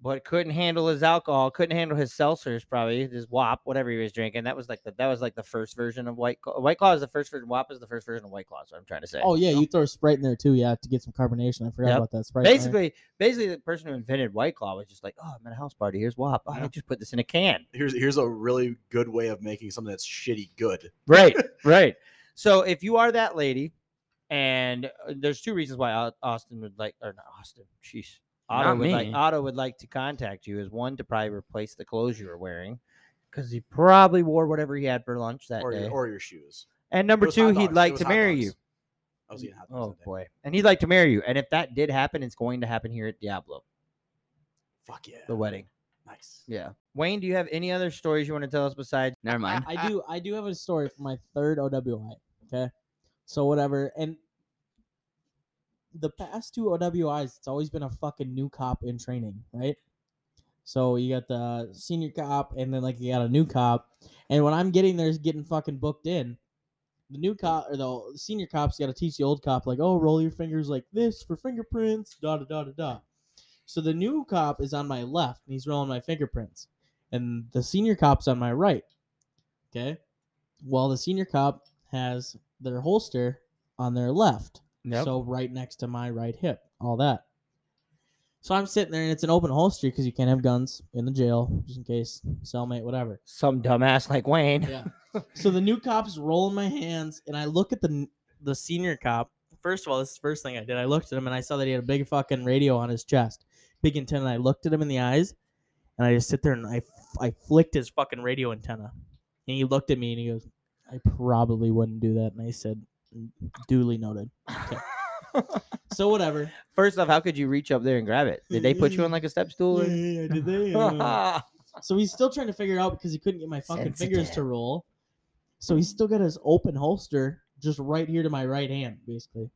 but couldn't handle his alcohol, couldn't handle his seltzers, probably his WAP, whatever he was drinking. That was like the that was like the first version of White Claw. White Claw is the first version. WAP is the first version of White Claw. Is what I'm trying to say. Oh yeah, you throw Sprite in there too, yeah, to get some carbonation. I forgot Yep. about that Sprite. in there. basically, basically the person who invented White Claw was just like, oh, I'm at a house party. Here's WAP. Oh, I Yeah. just put this in a can. Here's here's a really good way of making something that's shitty good. Right, right. So if you are that lady, and uh, there's two reasons why Au- Austin would like, or not Austin, sheesh, Otto Not would like, me. Otto would like to contact you is one to probably replace the clothes you were wearing because he probably wore whatever he had for lunch that Or day. your, or your shoes. and It number was hot two, dogs. he'd It like was to hot marry dogs. you. I was eating hot dogs. Oh that day. boy, and he'd like to marry you. And if that did happen, it's going to happen here at Diablo, Fuck yeah. the wedding. Nice. Yeah. Wayne, do you have any other stories you want to tell us besides? Never mind. I do I do have a story for my third OWI. Okay. So whatever. And the past two OWIs, it's always been a fucking new cop in training, right? So you got the senior cop and then like you got a new cop. And when I'm getting there getting fucking booked in, the new cop or the senior cop's gotta teach the old cop like, oh roll your fingers like this for fingerprints, da da da da da. So the new cop is on my left and he's rolling my fingerprints. And the senior cop's on my right. Okay. Well, the senior cop has their holster on their left. So right next to my right hip, all that. So I'm sitting there and it's an open holster because you can't have guns in the jail, just in case, cellmate, whatever. Some dumbass like Wayne. Yeah. so the new cop's rolling my hands and I look at the the senior cop. First of all, this is the first thing I did. I looked at him and I saw that he had a big fucking radio on his chest. Big antenna. I looked at him in the eyes and I just sit there and I, I flicked his fucking radio antenna. And he looked at me and he goes, I probably wouldn't do that. And I said, "Mm, duly noted. Okay. so whatever. First off, how could you reach up there and grab it? Did they put you on like a step stool? Or... did they? So he's still trying to figure it out because he couldn't get my fucking fingers to Sensitive. roll. So he's still got his open holster just right here to my right hand, basically.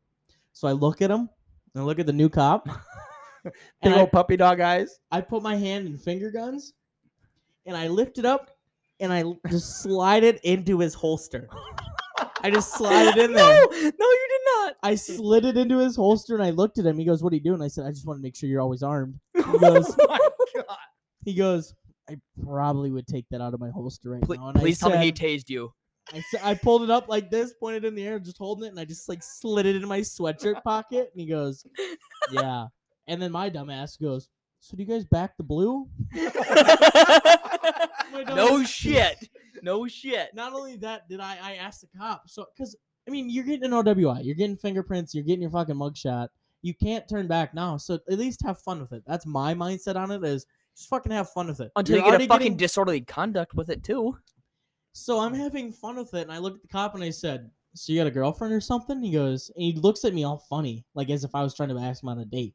So I look at him and I look at the new cop. and Big I, old puppy dog eyes. I put my hand in finger guns and I lift it up and I l- just slide it into his holster. I just slide it in there. no, you did not. I slid it into his holster and I looked at him. He goes, "What are you doing?" I said, "I just want to make sure you're always armed." He goes, Oh "He goes, I probably would take that out of my holster right Please, now." And please I tell me he said- tased you. I s- I pulled it up like this, pointed in the air, just holding it, and I just like slid it in my sweatshirt pocket. And he goes, "Yeah." And then my dumbass goes, "So do you guys back the blue?" My no dumbass- shit. No shit. Not only that, did I I asked the cop. So because I mean, you're getting an OWI, you're getting fingerprints, you're getting your fucking mugshot. You can't turn back now. So at least have fun with it. That's my mindset on it. Is just fucking have fun with it Until You're you get already a fucking getting- disorderly conduct with it too. So I'm having fun with it, and I look at the cop and I said, "So you got a girlfriend or something?" He goes, and he looks at me all funny, like as if I was trying to ask him on a date.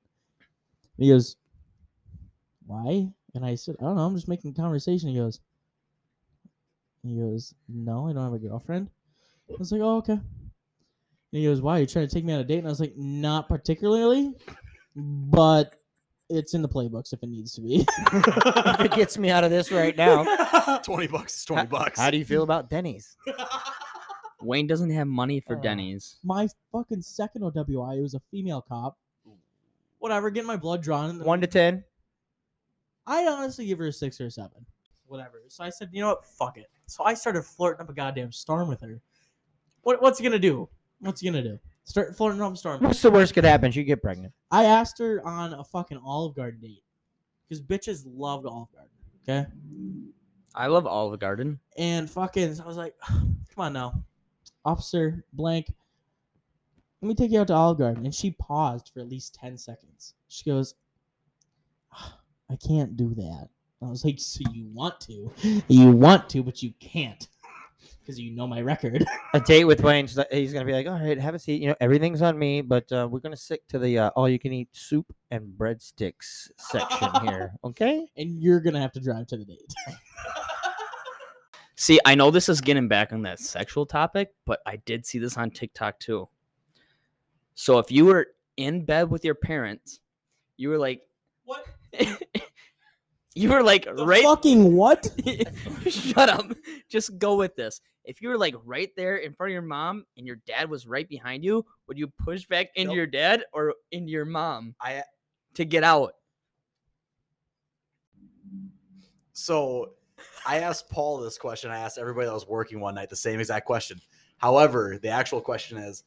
And he goes, "Why?" And I said, "I don't know. I'm just making conversation." He goes, "He goes, no, I don't have a girlfriend." I was like, "Oh, okay." And he goes, "Why? You trying to take me on a date?" And I was like, "Not particularly, but." It's in the playbooks if it needs to be. if it gets me out of this right now. Twenty bucks is twenty bucks. How do you feel about Denny's? Wayne doesn't have money Uh, Denny's. my fucking second OWI. It was a female cop. Whatever, getting my blood drawn. One to ten. I'd honestly give her a six or a seven. Whatever. So I said, you know what? Fuck it. So I started flirting up a goddamn storm with her. What, what's he gonna do? What's he gonna do? Start flirting up a storm. What's the worst could happen? She get pregnant. I asked her on a fucking Olive Garden date because bitches loved Olive Garden. Okay. I love Olive Garden. and fucking so I was like, come on now, officer blank. Let me take you out to Olive Garden. And she paused for at least 10 seconds. She goes, I can't do that. I was like, so you want to. You want to, but you can't. Because you know my record. A date with Wayne. She's like, he's gonna be like, all right, have a seat. You know, everything's on me, but uh, we're gonna stick to the uh, all-you-can-eat soup and breadsticks section here. Okay. And you're going to have to drive to the date. See, I know this is getting back on that sexual topic, but I did see this on TikTok too. So if you were in bed with your parents, you were like, What? you were like right. Fucking what? Shut up. Just go with this. If you were like right there in front of your mom and your dad was right behind you, would you push back into Nope. your dad or into your mom I to get out? so I asked Paul this question. I asked everybody that was working one night the same exact question. However, the actual question is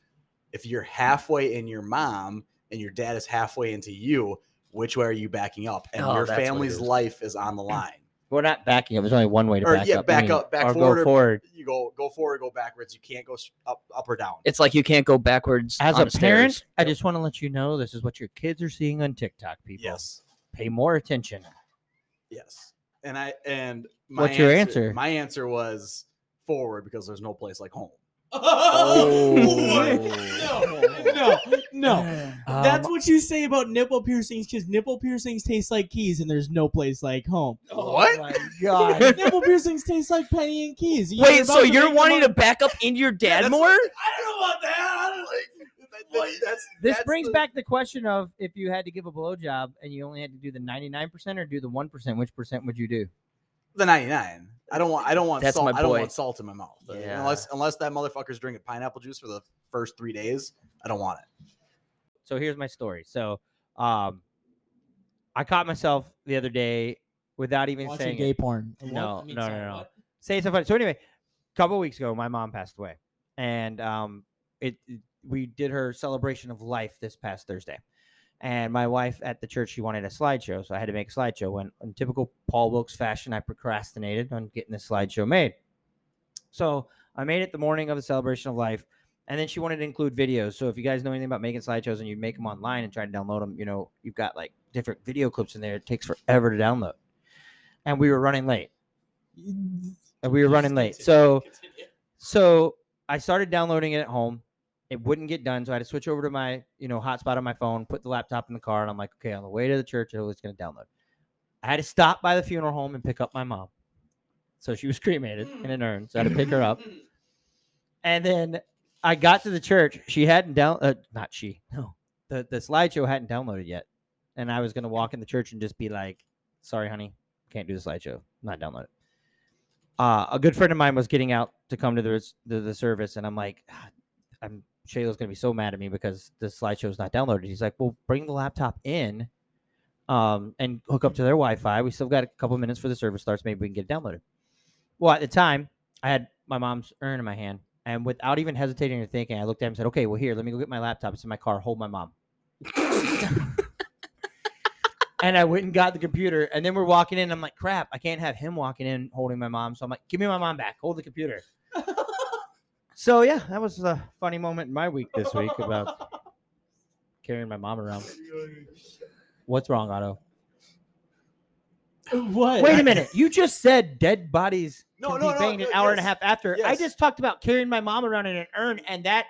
if you're halfway in your mom and your dad is halfway into you, which way are you backing up? And Oh, your that's what it family's is. life is on the line. We're not backing up. There's only one way to Or, back yeah, up. back Wayne, up, back or forward or- Go forward. You go go forward, go backwards. You can't go s- up up or down. It's like you can't go backwards As on a the parent, stairs. I just want to let you know this is what your kids are seeing on TikTok. People, Yes. pay more attention. Yes. And I and my What's your answer? My answer was forward because there's no place like home. Oh. no, no. Um, That's what you say about nipple piercings because nipple piercings taste like keys and there's no place like home. what? Oh God. nipple piercings taste like penny and keys. You Wait, were so about make you're them wanting up- to back up into your dad that's- more? I don't know about that. I don't like that- that- that's, This that's brings the- back the question of if you had to give a blowjob and you only had to do the 99% or do the 1%, which percent would you do? the 99. I don't want I don't want That's salt. my I don't boy. want salt in my mouth. Uh, Yeah. Unless unless that motherfucker's drinking pineapple juice for the first three days, I don't want it. So here's my story. So um I caught myself the other day without even watching saying gay it. porn. No, What? no, sorry, no, no. what? Say something. So anyway, a couple weeks ago, my mom passed away, and um, it, it- we did her celebration of life this past Thursday. And my wife at the church, she wanted a slideshow, so I had to make a slideshow. When in typical Paul Wilkes fashion, I procrastinated on getting the slideshow made. So I made it the morning of the celebration of life, and then she wanted to include videos. So if you guys know anything about making slideshows and you make them online and try to download them, you know you've got like different video clips in there. It takes forever to download, and we were running late and we were running late. So, so I started downloading it at home. It wouldn't get done, so I had to switch over to my, you know, hotspot on my phone, put the laptop in the car, and I'm like, okay, on the way to the church, oh, it's gonna download. I had to stop by the funeral home and pick up my mom. So she was cremated in an urn, so I had to pick her up. And then I got to the church. She hadn't down, uh, not she, no, the the slideshow hadn't downloaded yet, and I was gonna walk in the church and just be like, sorry, honey, can't do the slideshow, not download it uh, a good friend of mine was getting out to come to the, the the service, and I'm like, "Ah, I'm Shayla's gonna be so mad at me because the slideshow's not downloaded. He's like, well, bring the laptop in, um, and hook up to their Wi-Fi. We still got a couple minutes for the service starts. Maybe we can get it downloaded. Well, at the time, I had my mom's urn in my hand, and without even hesitating or thinking, I looked at him and said, "Okay, well, here, let me go get my laptop. It's in my car. Hold my mom." and I went and got the computer, and then we're walking in. I'm like, "Crap, I can't have him walking in holding my mom." So I'm like, "Give me my mom back. Hold the computer." so yeah, that was a funny moment in my week this week about carrying my mom around. What's wrong, Otto? What? Wait a minute. You just said dead bodies No, can no, be no, banged an no, hour and a yes, half after. I yes. just talked about carrying my mom around in an urn, and that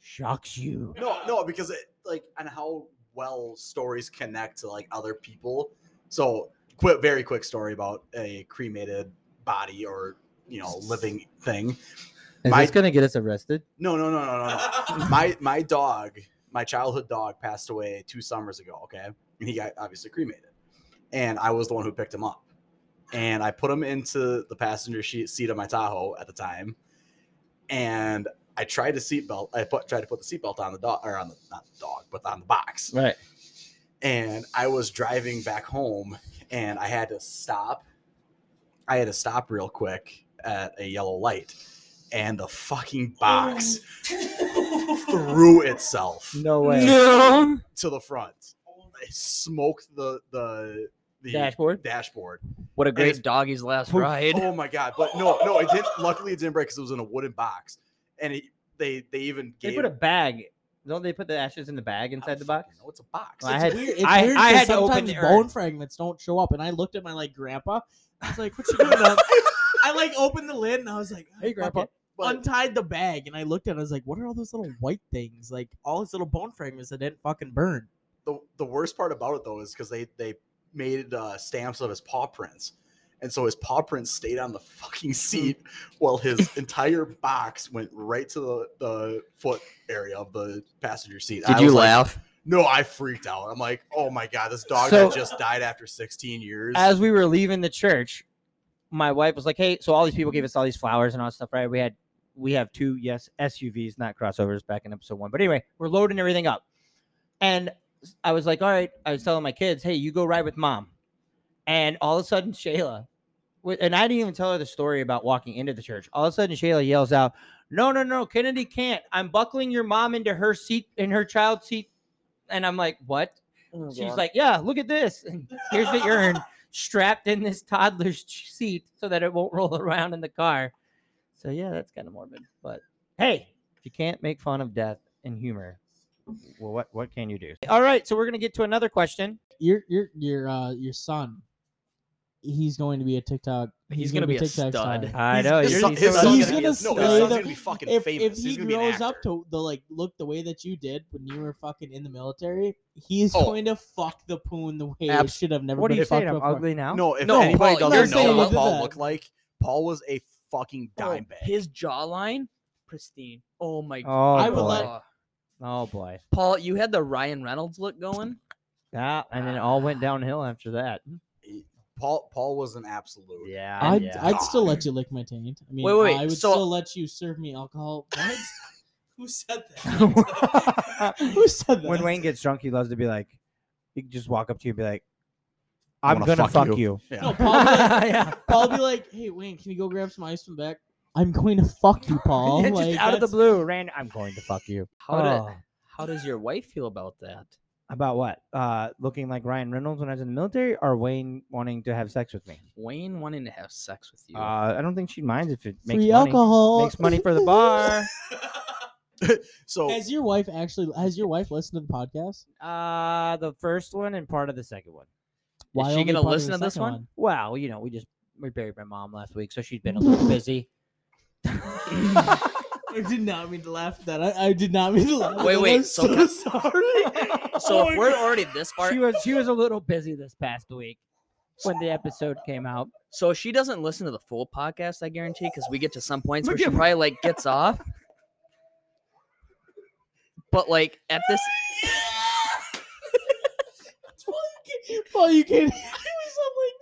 shocks you. No, no, because it like and how well stories connect to like other people. So, quick, very quick story about a cremated body or you know living thing. Is My- this gonna get us arrested? No, no, no, no, no, no. my my dog, my childhood dog, passed away two summers ago. Okay, and he got obviously cremated, and I was the one who picked him up, and I put him into the passenger seat seat of my Tahoe at the time, and I tried to seatbelt. I put tried to put the seatbelt on the dog or on the not the dog, but on the box Right. and I was driving back home and I had to stop. I had to stop real quick at a yellow light and the fucking box threw itself No way. No. to the front. It smoked the the the Dashboard? dashboard. What a it's- great doggy's last Poof. ride. Oh my god. But no, no, it didn't luckily it didn't break because it was in a wooden box. And it, they they even They gave put a bag. Don't they put the ashes in the bag inside the box? No, it's a box. Well, I It's had- weird. It's I- weird I 'cause had to open sometimes the urn. bone fragments don't show up, and I looked at my like grandpa. I was like, "What you doing?" up?" I like opened the lid, and I was like, Hey, "Fuck Grandpa." it." But- Untied the bag, and I looked at. it, I was like, "What are all those little white things? Like all these little bone fragments that didn't fucking burn." the the worst part about it though is because they they made uh, stamps of his paw prints, and so his paw prints stayed on the fucking Mm-hmm. seat while his entire box went right to the, the foot area of the passenger seat. I was like- "Oh, no, I freaked out. I'm like, oh my god, this dog So- that just died after 16 years. As we were leaving the church, my wife was like, "Hey, so all these people gave us all these flowers and all that stuff, right? We had we have two yes SUVs, not crossovers, back in episode one. But anyway, we're loading everything up, and s- I was like, "All right," I was telling my kids, "Hey, you go ride with mom," and all of a sudden, Shayla. wi- And I didn't even tell her the story about walking into the church. All of a sudden, Shayla yells out, "No, no, no! Kennedy can't! I'm buckling your mom into her seat, in her child's seat." And I'm like, "What?" She's like, yeah, look at this. And here's the urn strapped in this toddler's ch- seat so that it won't roll around in the car. So yeah, that's kind of morbid. But hey, if you can't make fun of death and humor, well, what what can you do? All right, so we're gonna get to another question. Your your your uh your son, he's going to be a TikTok. He's gonna be a star. stud. I His- know his you're son- he's his so son's He's good. gonna gonna be a- no, his slay son's the- gonna be fucking If, famous. if He's he gonna be an grows up actor. to the like look the way that you did when you were fucking in the military, he's Oh. going to fuck the poon the way it Abs- should have never What are been you fucked saying? I'm before. ugly now. no, if No, anybody Paul, doesn't you're know saying what he did Paul that. Oh, looked like, Paul was a fucking dime bag. His jawline, pristine. Oh my Oh, god. I would boy. let- oh boy. Paul, you had the Ryan Reynolds look going. Yeah, and then it all went downhill after that. Paul Paul was an absolute. Yeah. I'd, yeah. I'd still let you lick my taint. I mean, Wait, wait, I would so- still let you serve me alcohol. What? Who said that? Who said that? when Wayne gets drunk, he loves to be like, he can just walk up to you and be like, I I'm wanna gonna fuck fuck, you." you. Yeah. no, Paul, would be like, yeah. Paul would be like, "Hey, Wayne, can you go grab some ice from back?" I'm going to fuck you, Paul. Yeah, like, just out of the that's- blue, Rand. I'm going to fuck you. How, do- Oh. how does your wife feel about that? About what? Uh, looking like Ryan Reynolds when I was in the military, or Wayne wanting to have sex with me? Wayne wanting to have sex with you. Uh, I don't think she minds if it makes free money. alcohol Makes money for the bar. So Has your wife actually? Has your wife listened to the podcast? uh, the first one and part of the second one. Why she only gonna part of listen the to this second one? Well, you know, we just we buried my mom last week, so she's been a little busy. I did not mean to laugh at that. I, I did not mean to laugh. at Wait, that. wait, I'm so so, ca- sorry. so Oh if my we're God. already this far, She was she was a little busy this past week when the episode came out. so she doesn't listen to the full podcast, I guarantee, because we get to some points where she probably like gets off. But like at this, Paul, you can't- Paul, you can't hit me with something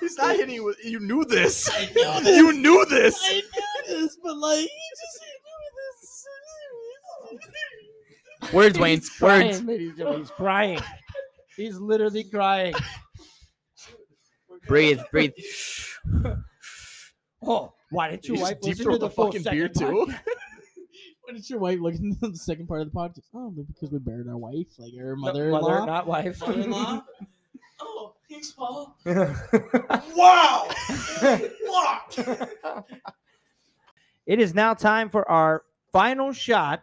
he's not hitting you. With, you knew this. like that. You can't. I know this. You knew this. I knew this, but like, you just hit me with this. Words, Wayne. He's crying, Words. ladies and gentlemen, He's crying. He's literally crying. Breathe, breathe. Oh, why didn't You your just wife deep listen throat to the, the full fucking beer second too. podcast? What did your wife look into the second part of the podcast? Oh, because we buried our wife, like our No, mother in law. not wife. oh, thanks, Paul. wow! it is now time for our final shot.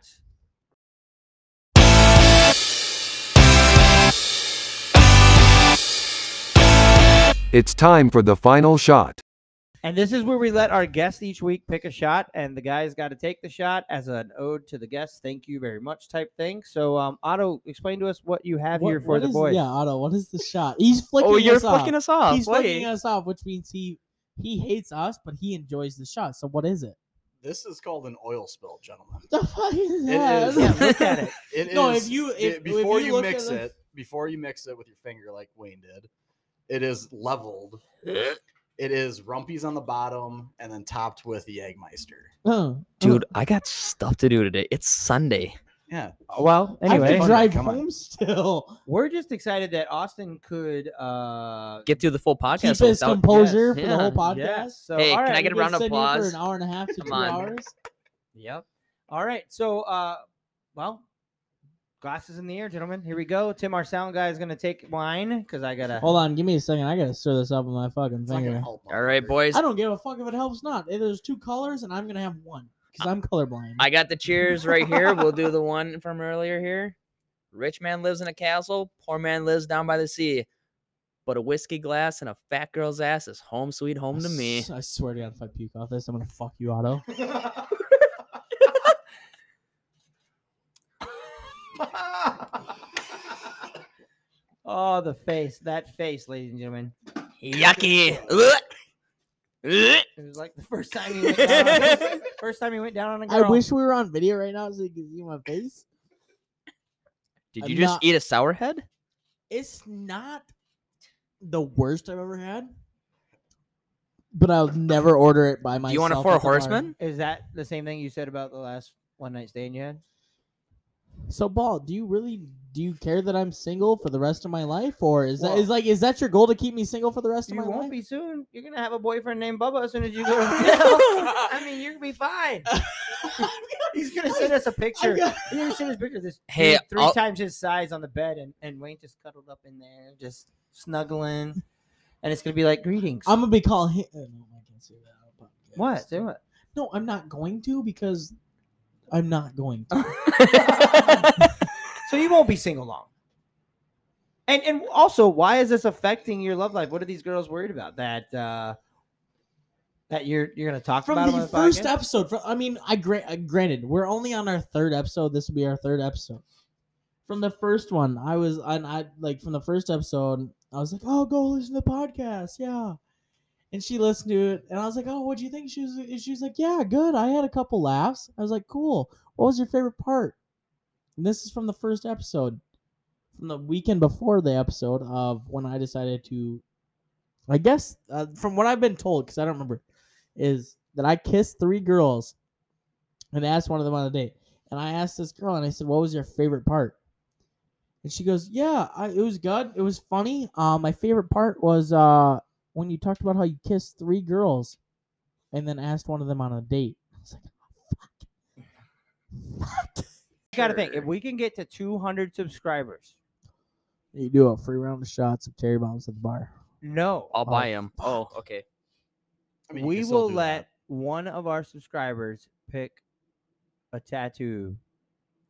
It's time for the final shot. And this is where we let our guest each week pick a shot, and the guy's got to take the shot as an ode to the guest. Thank you very much, type thing. So, um, Otto, explain to us what you have here for the boys. Yeah, Otto, what is the shot? He's flicking Oh, you're us off. fucking us off. He's Wait. flicking us off, which means he he hates us, but he enjoys the shot. So what is it? This is called an oil spill, gentlemen. The fuck is It that? is- Yeah, look at it. It No, is- if you- it- if- if before you you look at mix the- it, before you mix it with your finger like Wayne did, it is leveled. It is rumpies on the bottom and then topped with the Jägermeister. Oh, Dude, I got stuff to do today. It's Sunday. Yeah, Uh, Well, oh. I anyway, have to drive come on. home still. we're just excited that Austin could uh, Get through the full Keep podcast. his without- composure Yes, for yeah, the whole podcast. Yes. So, Hey, all can I right, get We've a been round of sitting here applause? for an hour and a half to Come two on. hours. Yep. All right. So, uh, well, glasses in the air, gentlemen. Here we go. Tim, our sound guy, is going to take mine because I got to. Hold on, give me a second. I gotta stir this up with my fucking it's not gonna finger. help. All right, motherfucker. boys. I don't give a fuck if it helps not. Eh, There's two colors, and I'm gonna have one because I'm colorblind. I got the cheers right here. We'll do the one from earlier here. Rich man lives in a castle, poor man lives down by the sea. But a whiskey glass and a fat girl's ass is home sweet I home to me. s- I swear to God, if I puke off this, I'm gonna fuck you, Otto. Oh, the face. That face, ladies and gentlemen. Yucky. Ugh. Ugh. It was like the first time he went down. first time he went down on a I girl. wish we were on video right now so you could see my face. Did I'm you just not- eat a sour head? It's not the worst I've ever had, but I'll never order it by myself. Do you want a at four the bar. horsemen? Is that the same thing you said about the last one night stand you had? So, Ball, do you really do you care that I'm single for the rest of my life, or is that Well- is like is that your goal to keep me single for the rest of You my won't life? be soon. You're going to have a boyfriend named Bubba as soon as you go to jail. I mean, you're going to be fine. He's going to send us a picture. I got- You ever seen this picture of this Hey, dude 3 I'll- times his size on the bed, and, and Wayne just cuddled up in there, just snuggling, and it's gonna be like greetings. I'm gonna be calling him. Oh, no, I can't say that. on podcast. what? Do it. No, I'm not going to because I'm not going to. So you won't be single long. And and also, why is this affecting your love life? What are these girls worried about? That uh that you're you're gonna talk about From them on the first podcast? episode, fro- I mean, I gra- uh, granted we're only on our third episode. This will be our third episode. From the first one, I was and I like from the first episode, I was like, "Oh, go listen to the podcast, yeah." And she listened to it, and I was like, "Oh, what do you think?" She was, and she was like, "Yeah, good. I had a couple laughs." I was like, "Cool. What was your favorite part?" And this is from the first episode, from the weekend before the episode of when I decided to, I guess, uh, from what I've been told, because I don't remember, is that I kissed three girls and asked one of them on a date. And I asked this girl and I said, What was your favorite part? And she goes, Yeah, I, it was good. It was funny. Uh, my favorite part was uh, when you talked about how you kissed three girls and then asked one of them on a date. I was like, Fuck. Fuck. You gotta think if we can get to 200 subscribers. You do a free round of shots of cherry bombs at the bar. No, I'll buy him. Oh, okay. I mean, you we can still will do let one of our subscribers pick a tattoo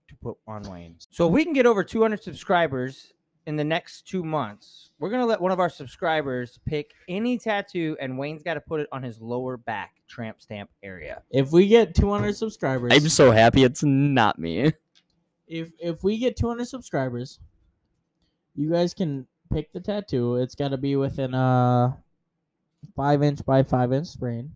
to put on Wayne. So if we can get over 200 subscribers in the next two months, we're gonna let one of our subscribers pick any tattoo, and Wayne's got to put it on his lower back tramp stamp area. If we get 200 subscribers, I'm so happy it's not me. if if we get 200 subscribers, you guys can pick the tattoo. It's got to be within a five inch by five inch spread.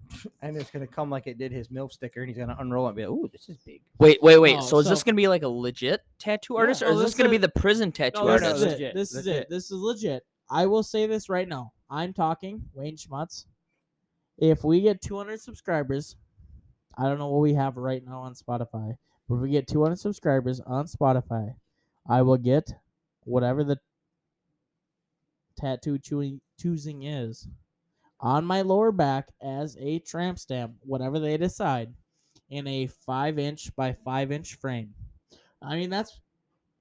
And it's gonna come like it did his milf sticker, and he's gonna unroll it. And be like, "Ooh, this is big." Wait, wait, wait. Oh, so is this so- gonna be like a legit tattoo artist, Yeah, or oh, is this this gonna be is- the prison tattoo No, no, this artist? no, is legit, it. This is legit. it. This is legit. I will say this right now. I'm talking Wayne Schmutz. If we get 200 subscribers, I don't know what we have right now on Spotify, But if we get 200 subscribers on Spotify, I will get whatever the tattoo chewing, choosing is on my lower back as a tramp stamp, whatever they decide, in a five inch by five inch frame. I mean, that's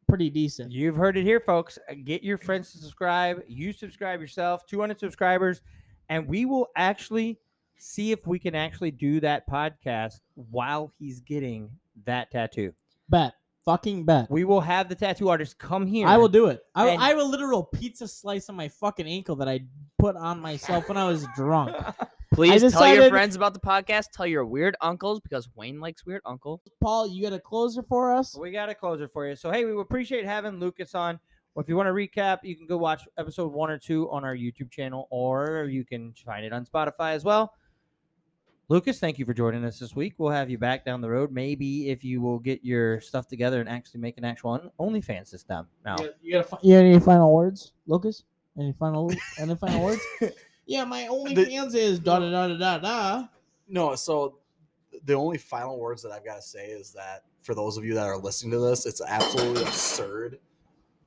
pretty decent. You've heard it here, folks. Uh, Get your friends to subscribe. You subscribe yourself. 200 subscribers, and we will actually see if we can actually do that podcast while he's getting that tattoo. Bet. Fucking bet. We will have the tattoo artist come here. I will do it. I, And- I have a literal pizza slice on my fucking ankle that I put on myself when I was drunk. Please tell your decided- friends about the podcast. Tell your weird uncles because Wayne likes weird uncle. Paul, you got a closer for us? We got a closer for you. So hey, we appreciate having Lucas on. Well, if you want to recap, you can go watch episode one or two on our YouTube channel, or you can find it on Spotify as well. Lucas, thank you for joining us this week. We'll have you back down the road, maybe if you will get your stuff together and actually make an actual on- OnlyFans this time. Now, You got- You, got a, fi- you got any final words, Lucas? Any final any final words? Yeah, my only The- fans is da da da da da da. No, so the only final words that I've got to say is that for those of you that are listening to this, it's absolutely absurd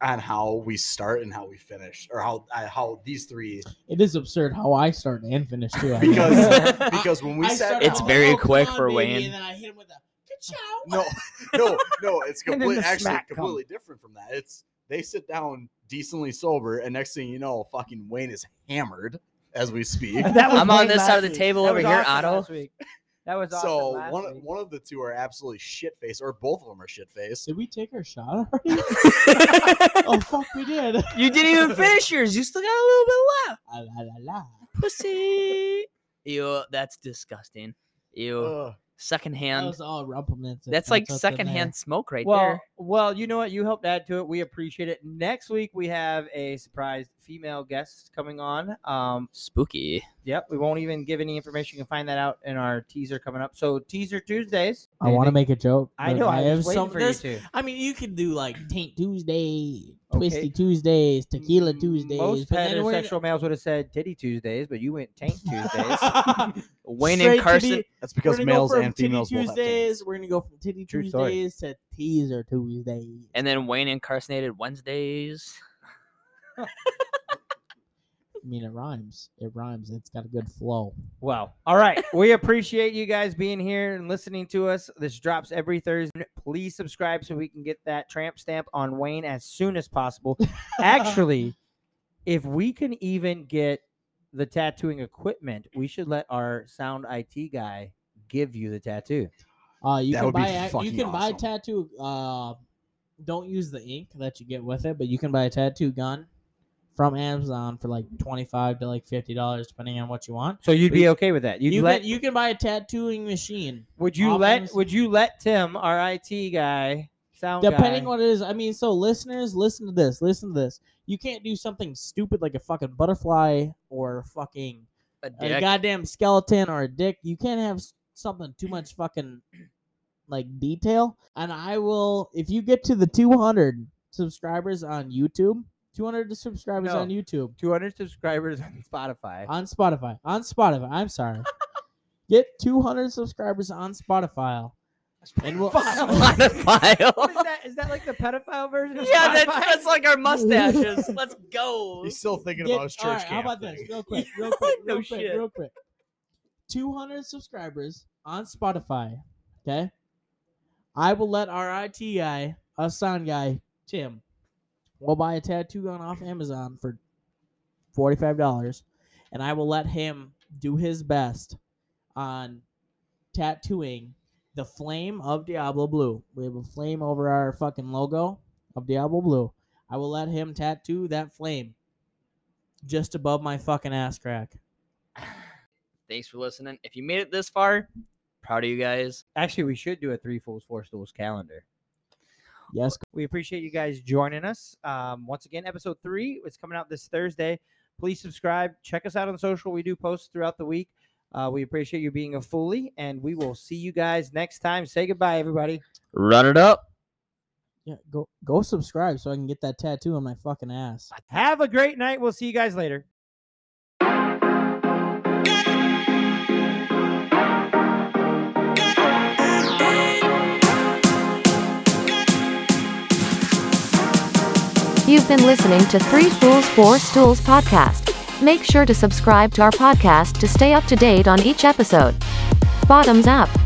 on how we start and how we finish, or how uh, how these three It is absurd how I start and finish too. I guess. because because when we I sat start out, down- It's very come quick on, for baby," Wayne. And then I hit him with a ka no no no it's And then complete, the actually smack completely different from that. It's they sit down decently sober, and next thing you know, fucking Wayne is hammered as we speak. that I'm on Wayne this last side of the week. table That over was here, Austin Otto. last week. That was Austin So last one week. one of the two are absolutely shit faced, or both of them are shit faced. Did we take our shot already? oh fuck, we did. You didn't even finish yours. You still got a little bit left. Ah, la, la, la. Pussy. Ew, that's disgusting. Ew, That secondhand. was all rumplements. That's like what's in there. secondhand smoke right well, there. well, you know what? You helped add to it. We appreciate it. Next week we have a surprise female guest coming on. Um, Spooky. yep, we won't even give any information. You can find that out in our teaser coming up. So teaser Tuesdays. I want to make a joke. I but know. I, have was waiting some. for you there's to. I mean, you could do like Taint Tuesday, Okay. Twisty Tuesdays, Tequila Mm, Tuesdays. Most but then we're- heterosexual males would have said titty Tuesdays, but you went tank Tuesdays. Wayne Straight and to Carson. the- That's we're because gonna go males from and Titty females both have tails. Tuesdays. We're gonna go from Titty True story. Tuesdays to Teaser Tuesdays. and then Wayne incarcinated Wednesdays. I mean, it rhymes. It rhymes. It's got a good flow. Wow. All right. we appreciate you guys being here and listening to us. This drops every Thursday. Please subscribe so we can get that tramp stamp on Wayne as soon as possible. Actually, if we can even get the tattooing equipment, we should let our sound IT guy give you the tattoo. Uh, you That can would be buy ac- you fucking can buy awesome. tattoo. Uh, don't use the ink that you get with it, but you can buy a tattoo gun from Amazon for like twenty five to like fifty dollars, depending on what you want. So you'd We- be okay with that? You'd you let? can you can buy a tattooing machine. would you off let? Amazon. Would you let Tim, our IT guy, Oh, sound Depending guy- what it is, I mean, so listeners, listen to this, listen to this. You can't do something stupid like a fucking butterfly or fucking A a dick. goddamn skeleton or a dick. You can't have s- something too much fucking like detail. And I will, if you get to the 200 subscribers on YouTube, 200 subscribers No. on YouTube, 200 subscribers on Spotify. on Spotify, on Spotify, I'm sorry, get 200 subscribers on Spotify. And we'll, What is Pedophile. that? Is that like the pedophile version? Of yeah, that, Spotify? that's like our mustaches. Let's go. He's still thinking Get- about his church alright, camp. How about thing. this? Real quick, real quick, No real quick, shit. real quick. 200 subscribers on Spotify. Okay. I will let our IT guy, a sound guy, Tim, will buy a tattoo gun off Amazon for $45, and I will let him do his best on tattooing the flame of Diablo Blue. We have a flame over our fucking logo of Diablo Blue. I will let him tattoo that flame just above my fucking ass crack. Thanks for listening. If you made it this far, proud of you guys. Actually, we should do a three fools, four stools calendar. Yes. We appreciate you guys joining us. Um, once again, episode three is coming out this Thursday. Please subscribe. Check us out on social. We do post throughout the week. Uh, we appreciate you being a foolie, and we will see you guys next time. Say goodbye, everybody. Run it up. Yeah. Go go subscribe so I can get that tattoo on my fucking ass. Have a great night. We'll see you guys later. You've been listening to Three Fools Four Stools podcast. Make sure to subscribe to our podcast to stay up to date on each episode. Bottoms up.